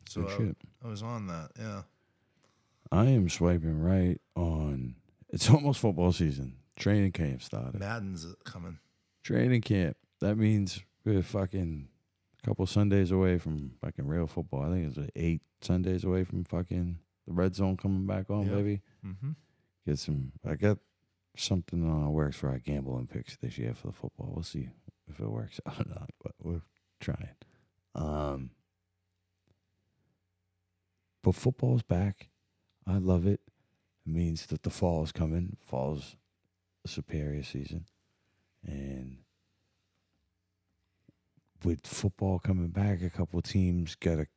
C: So uh,
A: Good
C: I,
A: shit.
C: I was on that, yeah.
A: I am swiping right on. It's [LAUGHS] almost football season. Training camp started.
C: Madden's coming.
A: Training camp. That means we're fucking a couple Sundays away from fucking real football. I think it's like eight Sundays away from fucking the red zone coming back on,
C: Yep.
A: baby.
C: Mm-hmm.
A: Get some. I got something on works for our gambling picks this year for the football. We'll see if it works [LAUGHS] out or not, but we're trying. Um, but football's back. I love it. It means that the fall is coming. Fall's a superior season, and with football coming back, a couple teams got a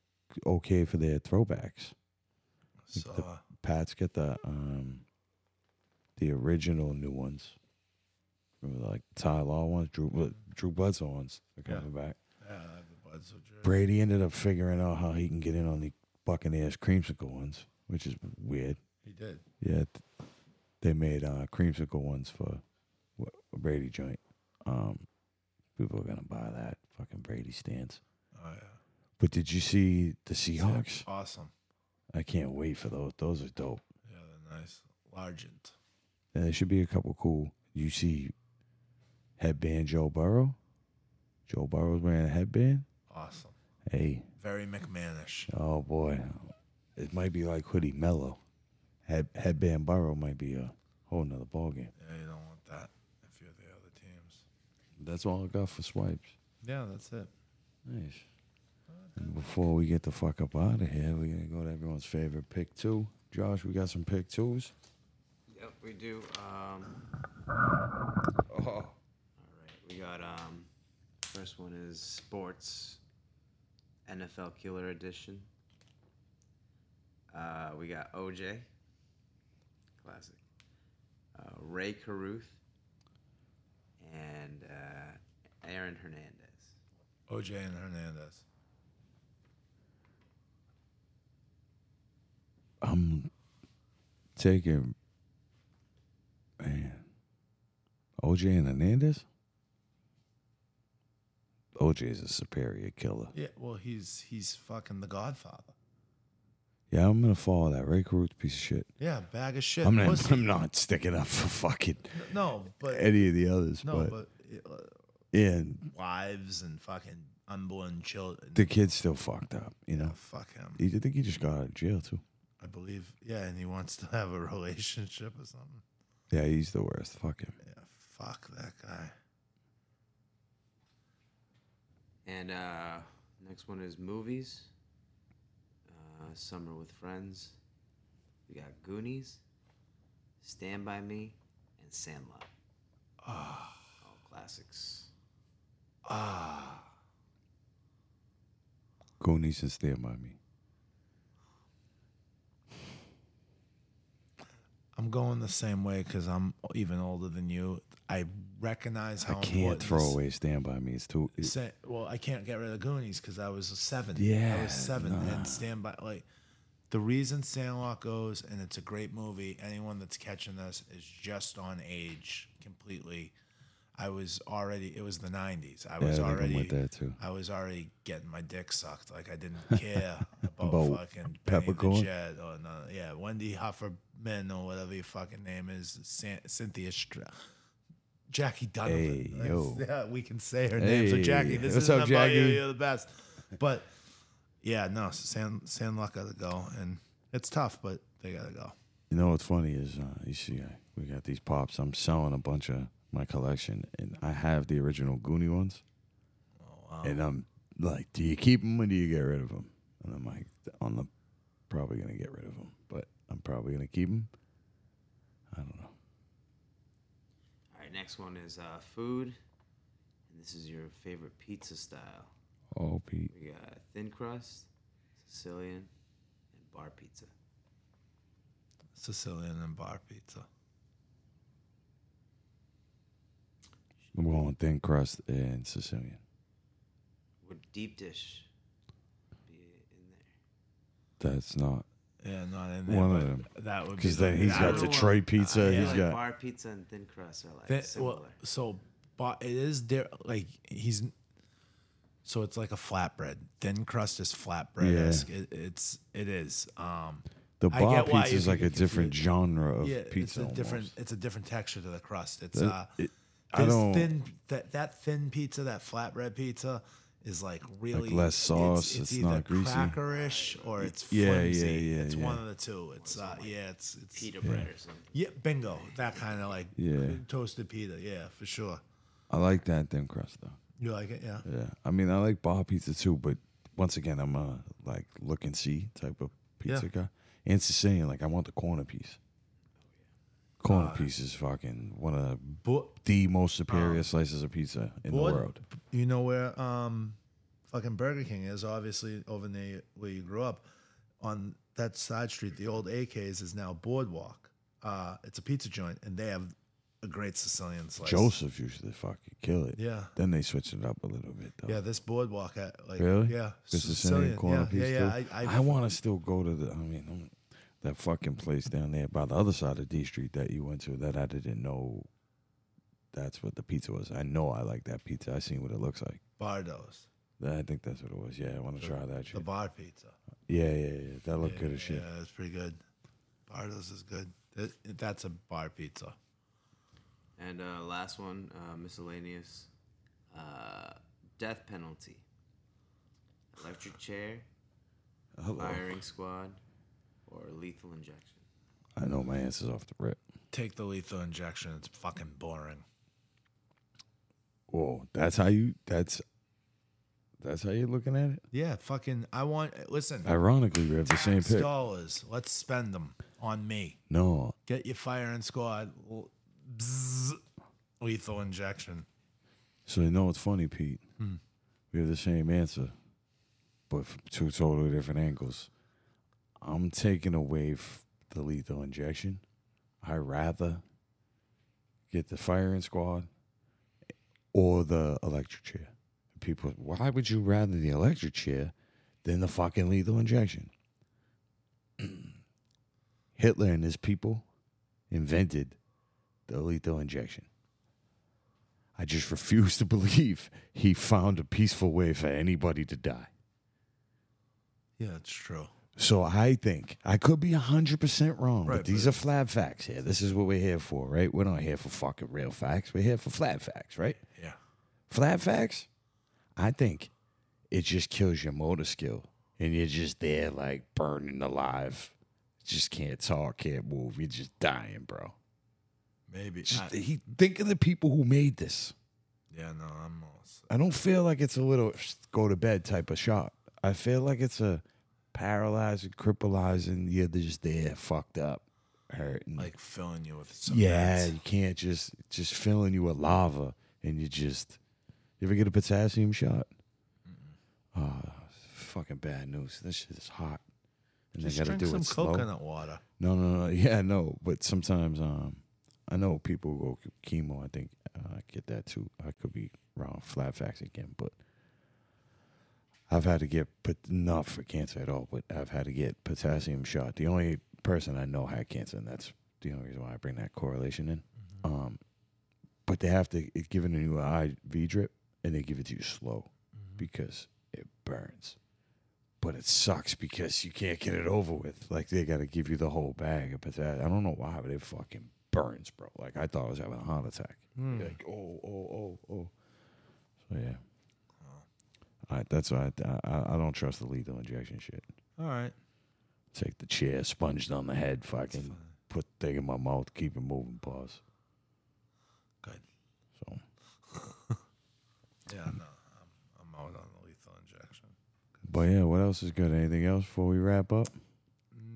A: okay for their throwbacks.
C: So
A: the-
C: uh,
A: Pats get the um the original new ones. Remember like Ty Law ones, Drew Bud- Drew Bledsoe ones are coming back.
C: yeah, I have the buds with Jerry.
A: Brady ended up figuring out how he can get in on the Buccaneers creamsicle ones, which is weird.
C: He did.
A: Yeah, th- they made uh, creamsicle ones for wh- a Brady joint. Um, people are gonna buy that fucking Brady stance.
C: Oh yeah,
A: But did you see the Seahawks?
C: awesome.
A: I can't wait for those. Those are dope.
C: Yeah, they're nice. Largent.
A: And there should be a couple cool. You see, headband Joe Burrow. Joe Burrow's wearing a headband.
C: Awesome.
A: Hey,
C: Very McMahonish.
A: oh boy, it might be like hoodie mellow. Head, headband Burrow might be a whole nother ballgame.
C: Yeah, you don't want that if you're the other teams.
A: That's all I got for swipes.
C: Yeah, that's it.
A: Nice. And before we get the fuck up out of here, we're gonna go to everyone's favorite pick two. Josh, we got some pick twos.
E: Yep, we do. Um,
A: Oh,
E: all right, we got um, first one is sports, NFL Killer Edition. Uh, we got OJ, classic. Uh, Ray Caruth, and uh, Aaron Hernandez.
C: OJ and Hernandez.
A: I'm taking man. OJ and Hernandez. OJ is a superior killer.
C: Yeah, well, he's he's fucking the Godfather.
A: Yeah, I'm gonna follow that. Ray Caruth's piece of shit.
C: Yeah, bag of shit.
A: I'm not.
C: pussy.
A: I'm not sticking up for fucking
C: no, but
A: any of the others.
C: no,
A: but
C: but, uh,
A: and
C: wives and fucking unborn children.
A: the kid's still fucked up. You
C: Yeah,
A: know.
C: fuck him.
A: He, I think he just got out of jail too.
C: I believe. Yeah, and he wants to have a relationship or something.
A: Yeah, he's the worst. Fuck him.
C: Yeah, fuck that guy.
E: And uh, Next one is movies. Uh, Summer with Friends. We got Goonies, Stand by Me, and Sandlot. All classics.
A: Goonies and Stand By Me.
C: I'm going the same way because I'm even older than you. I recognize
A: I
C: how
A: can't
C: important
A: throw
C: this-
A: away Stand By Me. It's too. It,
C: Say, well, I can't get rid of Goonies because I was seven. I
A: Yeah,
C: was seven
A: nah.
C: and stand by. Like the reason Sandlot goes, and it's a great movie. Anyone that's catching this is just on age completely. I was already. It was the '90s. I
A: yeah, I
C: was
A: think
C: already.
A: I'm with that too.
C: I was already getting my dick sucked. Like I
A: [LAUGHS]
C: didn't care about,
A: About
C: fucking Benny
A: peppercorn?
C: the Jet or no, yeah, Wendy Hofferman or whatever your fucking name is, San- Cynthia Stra- Jackie Donovan.
A: Hey, yo.
C: [LAUGHS] Yeah, we can say her name. So
A: Hey,
C: Jackie, this
A: what's
C: isn't
A: up,
C: about you.
A: Jackie?
C: You're the best. But yeah, no, San Sandlot got to go, and it's tough, but they got to go.
A: You know what's funny is uh, you see, I, we got these pops. I'm selling a bunch of my collection, and I have the original Goonie ones.
C: Oh,
A: And uh, I'm like, do you keep them or do you get rid of them? And I'm like, on the probably gonna get rid of them, but I'm probably gonna keep them. I don't know.
E: All right, next one is uh, food. And this is your favorite pizza style.
A: Oh, Pete.
E: We got thin crust, Sicilian, and bar pizza.
C: Sicilian and bar pizza.
A: I'm going thin crust and Sicilian.
E: Would deep dish be in there?
A: That's not
C: Yeah, not in there.
A: One
C: but
A: of them.
C: That would be
A: because
C: the-
A: then he's
C: I
A: got
E: don't want-
A: Detroit pizza.
E: I feel
A: He's
E: like
A: got
E: bar pizza and thin crust are like
C: Then,
E: similar.
C: well, so but it is there like he's so it's like a flatbread. Thin crust is flatbread. esque It, it's it is. Um,
A: the
C: I
A: bar
C: get why
A: pizza
C: you
A: is
C: can
A: like
C: get
A: a different
C: confused.
A: genre of
C: yeah, it's
A: pizza.
C: a different.
A: almost.
C: It's a different texture to the crust. It's
A: That-
C: uh,
A: it- I
C: this
A: don't-
C: thin that that thin pizza, that flatbread pizza, is like really
A: less sauce,
C: It's,
A: it's
C: either
A: not greasy.
C: crackerish or it's
A: yeah, yeah,
C: flimsy.
A: yeah,
C: It's
A: yeah.
C: one of the two. It's uh, yeah, it's it's
E: Pita bread or something.
C: yeah, bingo. That kind of like
A: Yeah.
C: toasted pita. Yeah, for sure.
A: I like that thin crust though.
C: You like it? Yeah.
A: Yeah, I mean, I like bar pizza too, but once again, I'm a like look and see type of pizza
C: Yeah.
A: guy. And Sicilian, like I want the corner piece. Corner
C: Ah.
A: piece is fucking one of
C: Bo-
A: the most
C: Ah.
A: superior slices of pizza in the
C: Board-
A: world.
C: You know where um, fucking Burger King is, obviously over near where you grew up. On that side street, the old AKs is now Boardwalk. Uh, it's a pizza joint, and they have a great Sicilian slice.
A: Joseph used to fucking kill it.
C: Yeah.
A: Then they switched it up a little bit though.
C: Yeah, this Boardwalk at like
A: Really?
C: yeah
A: The Sicilian corner
C: yeah,
A: piece
C: yeah, yeah.
A: too.
C: I,
A: I, want to still go to the. I mean, I'm- that fucking place down there by the other side of D Street that you went to that I didn't know. That's what the pizza was. I know I like that pizza. I seen what it looks like.
C: Bardos,
A: I think that's what it was. Yeah, I want to try that
C: the
A: shit.
C: bar pizza.
A: Yeah, yeah, yeah. That looked good as shit.
C: Yeah, it's pretty good. Bardos is good. That- that's a bar pizza.
E: And uh, last one, uh, miscellaneous, uh, death penalty, electric chair, firing squad, or lethal injection.
A: I know my answer's off the rip.
C: Take the lethal injection. It's fucking boring.
A: Whoa, that's how you. That's that's how you're looking at it.
C: Yeah, fucking. I want. Listen,
A: Ironically, we have the same
C: tax
A: pick.
C: dollars. Let's spend them on me.
A: No,
C: Get your firing squad. l- Bzzz, lethal injection.
A: So you know what's funny, Pete? We have the same answer, but from two totally different angles. I'm taking away f- the lethal injection. I rather get the firing squad or the electric chair. People, why would you rather the electric chair than the fucking lethal injection? [CLEARS THROAT] Hitler and his people invented the lethal injection. I just refuse to believe he found a peaceful way for anybody to die.
C: Yeah, it's true.
A: So I think I could be 100% wrong,
C: Right,
A: but these
C: but-
A: are flat facts here. This is what we're here for, right? We're not here for fucking real facts. We're here for flat facts, right?
C: Yeah.
A: Flat facts, I think it just kills your motor skill and you're just there like burning alive. Just can't talk, can't move. You're just dying, bro.
C: Maybe.
A: Just,
C: I-
A: he, think of the people who made this.
C: Yeah, no, I'm all set.
A: I don't feel like it's a little go to bed type of shot. I feel like it's a paralyzing, crippleizing. Yeah, they're just there, fucked up, hurting.
C: like filling you with some
A: yeah,
C: meds.
A: you can't just just filling you with lava and you just. You ever get a potassium shot? Oh, fucking bad news. This shit is hot, and
C: Just
A: they gotta
C: drink
A: do
C: some
A: it slow.
C: coconut water.
A: No, no, [LAUGHS] no. Yeah, no. But sometimes, um, I know people who go ch- chemo. I think uh, I get that too. I could be wrong. Flat facts again, but I've had to get put not for cancer at all, but I've had to get potassium shot. The only person I know had cancer, and that's the only reason why I bring that correlation in. Um, but they have to it's given a new IV drip, and they give it to you slow because it burns but it sucks because you can't get it over with. Like they got to give you the whole bag of potato. I don't know why, but it fucking burns, bro. Like I thought I was having a heart attack. Like oh oh oh oh. So yeah. I, that's why I, I I don't trust the lethal injection shit.
C: All right.
A: Take the chair, sponged on the head, fucking put thing in my mouth, keep it moving, pause.
C: Good.
A: So
C: Yeah, no, I'm, I'm out on the lethal injection.
A: but yeah, what else is good? Anything else before we wrap up?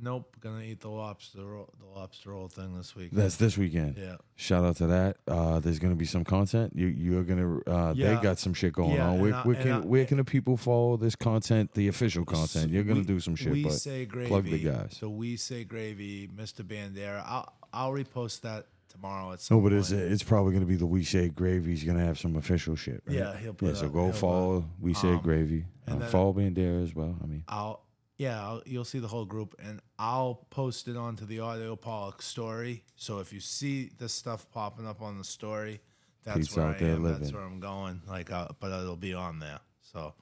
C: Nope, gonna eat the lobster roll, the lobster roll thing this week.
A: That's this weekend.
C: yeah.
A: Shout out to that. Uh, there's gonna be some content. You you're gonna. Uh, They
C: Yeah.
A: got some shit going
C: Yeah,
A: on.
C: and
A: Where,
C: I-
A: where
C: and
A: can
C: I-
A: where can the people follow this content? The official content. You're gonna
C: We-
A: do some shit.
C: We
A: but
C: say gravy.
A: Plug the guys.
C: So we say gravy, Mr. Bandera. I'll I'll repost that tomorrow at some
A: No, but
C: point.
A: it's it's probably gonna be the We Say Gravy's gonna have some official shit. Right?
C: Yeah, he'll put
A: yeah. So
C: up-
A: go
C: he'll uh, put
A: follow We Say
C: um,
A: Gravy.
C: and
A: Uh,
C: then-
A: follow Bandera as well. I mean,
C: I'll yeah, I'll, you'll see the whole group, and I'll post it onto the audio Pollock story. So if you see this stuff popping up on the story, that's
A: Pete's
C: where
A: out
C: I
A: there
C: am. That's
A: living.
C: where I'm going. Like, uh, but it'll be on there. So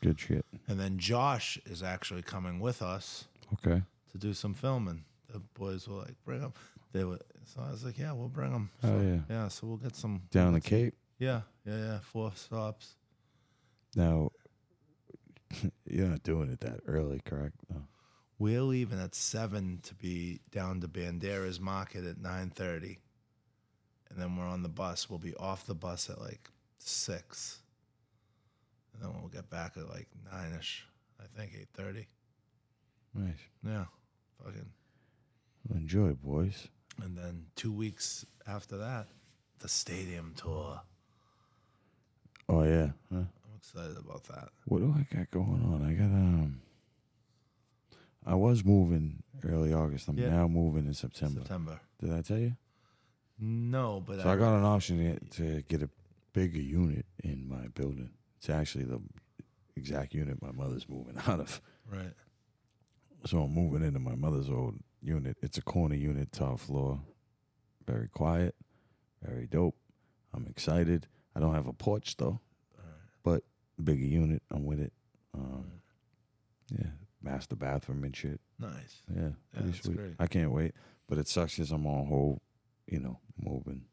A: good shit.
C: and then Josh is actually coming with us
A: Okay.
C: to do some filming. The boys were like, bring him. They were so I was like, yeah, we'll bring him. So,
A: Oh yeah.
C: yeah, so we'll get some.
A: Down the Cape.
C: Yeah, yeah, yeah. Four stops.
A: Now, [LAUGHS] you're not doing it that early, correct? Oh, No.
C: We're leaving at seven to be down to Bandera's Market at nine thirty, and then we're on the bus. We'll be off the bus at like six, and then we'll get back at like nine ish. I think eight thirty.
A: Nice.
C: Yeah, fucking.
A: Enjoy, boys.
C: And then two weeks after that, the stadium tour.
A: Oh yeah. Huh?
C: I'm excited about that.
A: What do I got going on? I got um. I was moving early August. I'm
C: Yeah.
A: now moving in September.
C: September.
A: Did I tell you?
C: No, but
A: So I got an option to get, to get a bigger unit in my building. It's actually the exact unit my mother's moving [LAUGHS] out of.
C: right.
A: So I'm moving into my mother's old unit. It's a corner unit, top floor. Very quiet, very dope. I'm excited. I don't have a porch though, but bigger unit. I'm with it. Um, yeah, master bathroom and shit.
C: Nice.
A: Yeah, pretty
C: that's
A: sweet.
C: great.
A: I can't wait. But it sucks as I'm on hold, you know, moving.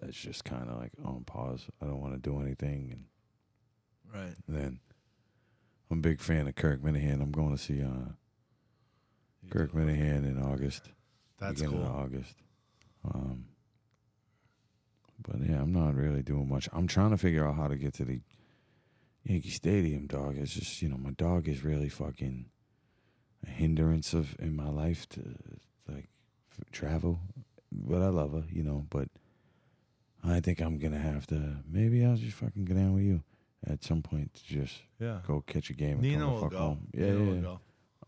A: That's just kind of like on pause. I don't want to do anything and
C: Right.
A: then I'm a big fan of Kirk Minahan. I'm going to see uh, Kirk Minahan in August.
C: That's
A: beginning
C: cool.
A: of August. Um, but yeah, I'm not really doing much. I'm trying to figure out how to get to the Yankee Stadium, dog. It's just you know my dog is really fucking a hindrance of in my life to like f- travel. But I love her, you know. But I think I'm gonna have to. Maybe I'll just fucking go down with you at some point to just
C: Yeah.
A: go catch a game. And
C: Nino
A: come the
C: will
A: fuck
C: go.
A: Home. Yeah,
C: Nino
A: yeah,
C: will
A: yeah.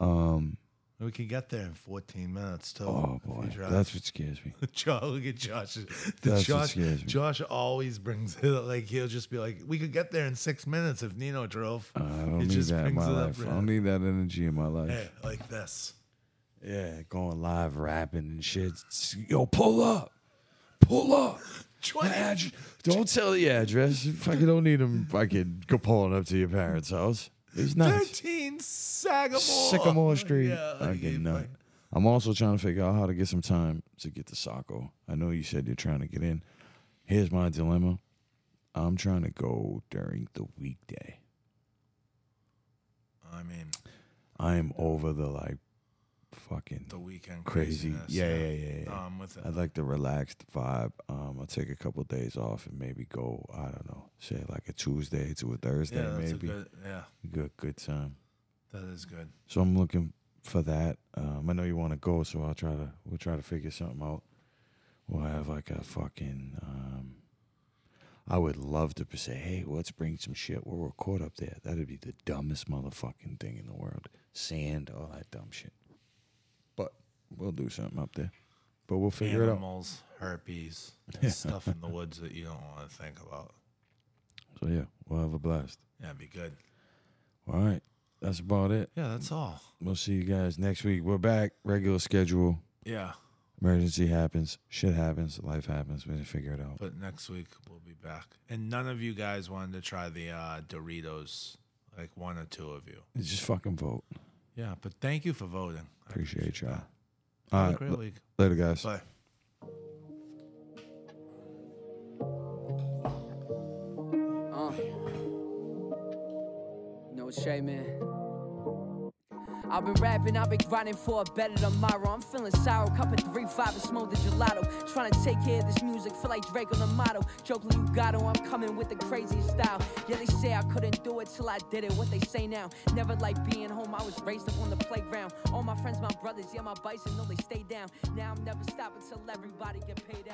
C: go.
A: Um.
C: We can get there in 14 minutes too.
A: Oh
C: if you
A: boy,
C: drive.
A: that's what scares me.
C: [LAUGHS] Josh, look at Josh. The
A: That's what
C: Josh,
A: scares me.
C: Josh always brings it up. Like he'll just be like, "We could get there in six minutes if Nino drove."
A: I don't
C: He
A: need
C: just
A: that in
C: brings
A: my
C: it up
A: life. I
C: right [LAUGHS]
A: don't
C: now.
A: need that energy in my life.
C: Hey, like this.
A: Yeah, going live rapping and shit. It's- Yo, pull up,
C: [LAUGHS]
A: pull up. Ad- don't tell the address. Fucking don't need him. Fucking go pulling up to your parents' house. It's nuts.
C: 13 Sagamore.
A: Sycamore Street.
C: Yeah, like
A: Fucking
C: he-
A: nuts. I'm also trying to figure out how to get some time to get to Saco. I know you said you're trying to get in. Here's my dilemma. I'm trying to go during the weekday.
C: I mean,
F: Mm-hmm.
A: I am over the like fucking
C: the weekend
A: crazy.
C: craziness. Um,
A: Yeah, yeah, yeah. yeah,
C: No,
A: yeah.
C: I'm with it.
A: I'd like the relaxed vibe. Um, I'll take a couple days off and maybe go. I don't know, say like a Tuesday to a Thursday,
C: yeah, that's
A: maybe.
C: a good. Yeah,
A: good, good time.
C: that is good.
A: So I'm looking for that. Um, I know you want to go, so I'll try to. We'll try to figure something out. We'll have like a fucking. Um, I would love to say, hey, let's bring some shit. We'll record up there. That'd be the dumbest motherfucking thing in the world. Sand, all that dumb shit. But we'll do something up there. But we'll figure it out.
C: Animals,
A: [LAUGHS]
C: herpes, stuff in the woods that you don't want to think about.
A: So yeah, we'll have a blast.
C: Yeah, it'd be good.
A: All right, that's about it.
C: Yeah, that's all.
A: We'll see you guys next week. We're back, regular schedule.
C: Yeah,
A: Emergency happens, shit happens, life happens. We didn't figure it out.
C: but next week we'll be back. And none of you guys wanted to try the uh, Doritos, like one or two of you.
A: Just fucking vote.
C: Yeah, but thank you for voting. I
A: Appreciate y'all. Uh,
C: that. Have
A: All
C: a
A: right,
C: great
A: l-
C: week.
A: later, guys.
C: Bye.
B: Uh. No shame, man. I've been rapping, I've been grinding for a better tomorrow. I'm feeling sour, cupping three five and smoke the gelato. Trying to take care of this music, feel like Drake on the motto. Joke Legato, I'm coming with the crazy style. Yeah, they say I couldn't do it till I did it. What they say now? Never like being home. I was raised up on the playground. All my friends, my brothers, yeah, my bison, no, they stay down. Now I'm never stopping till everybody get paid out.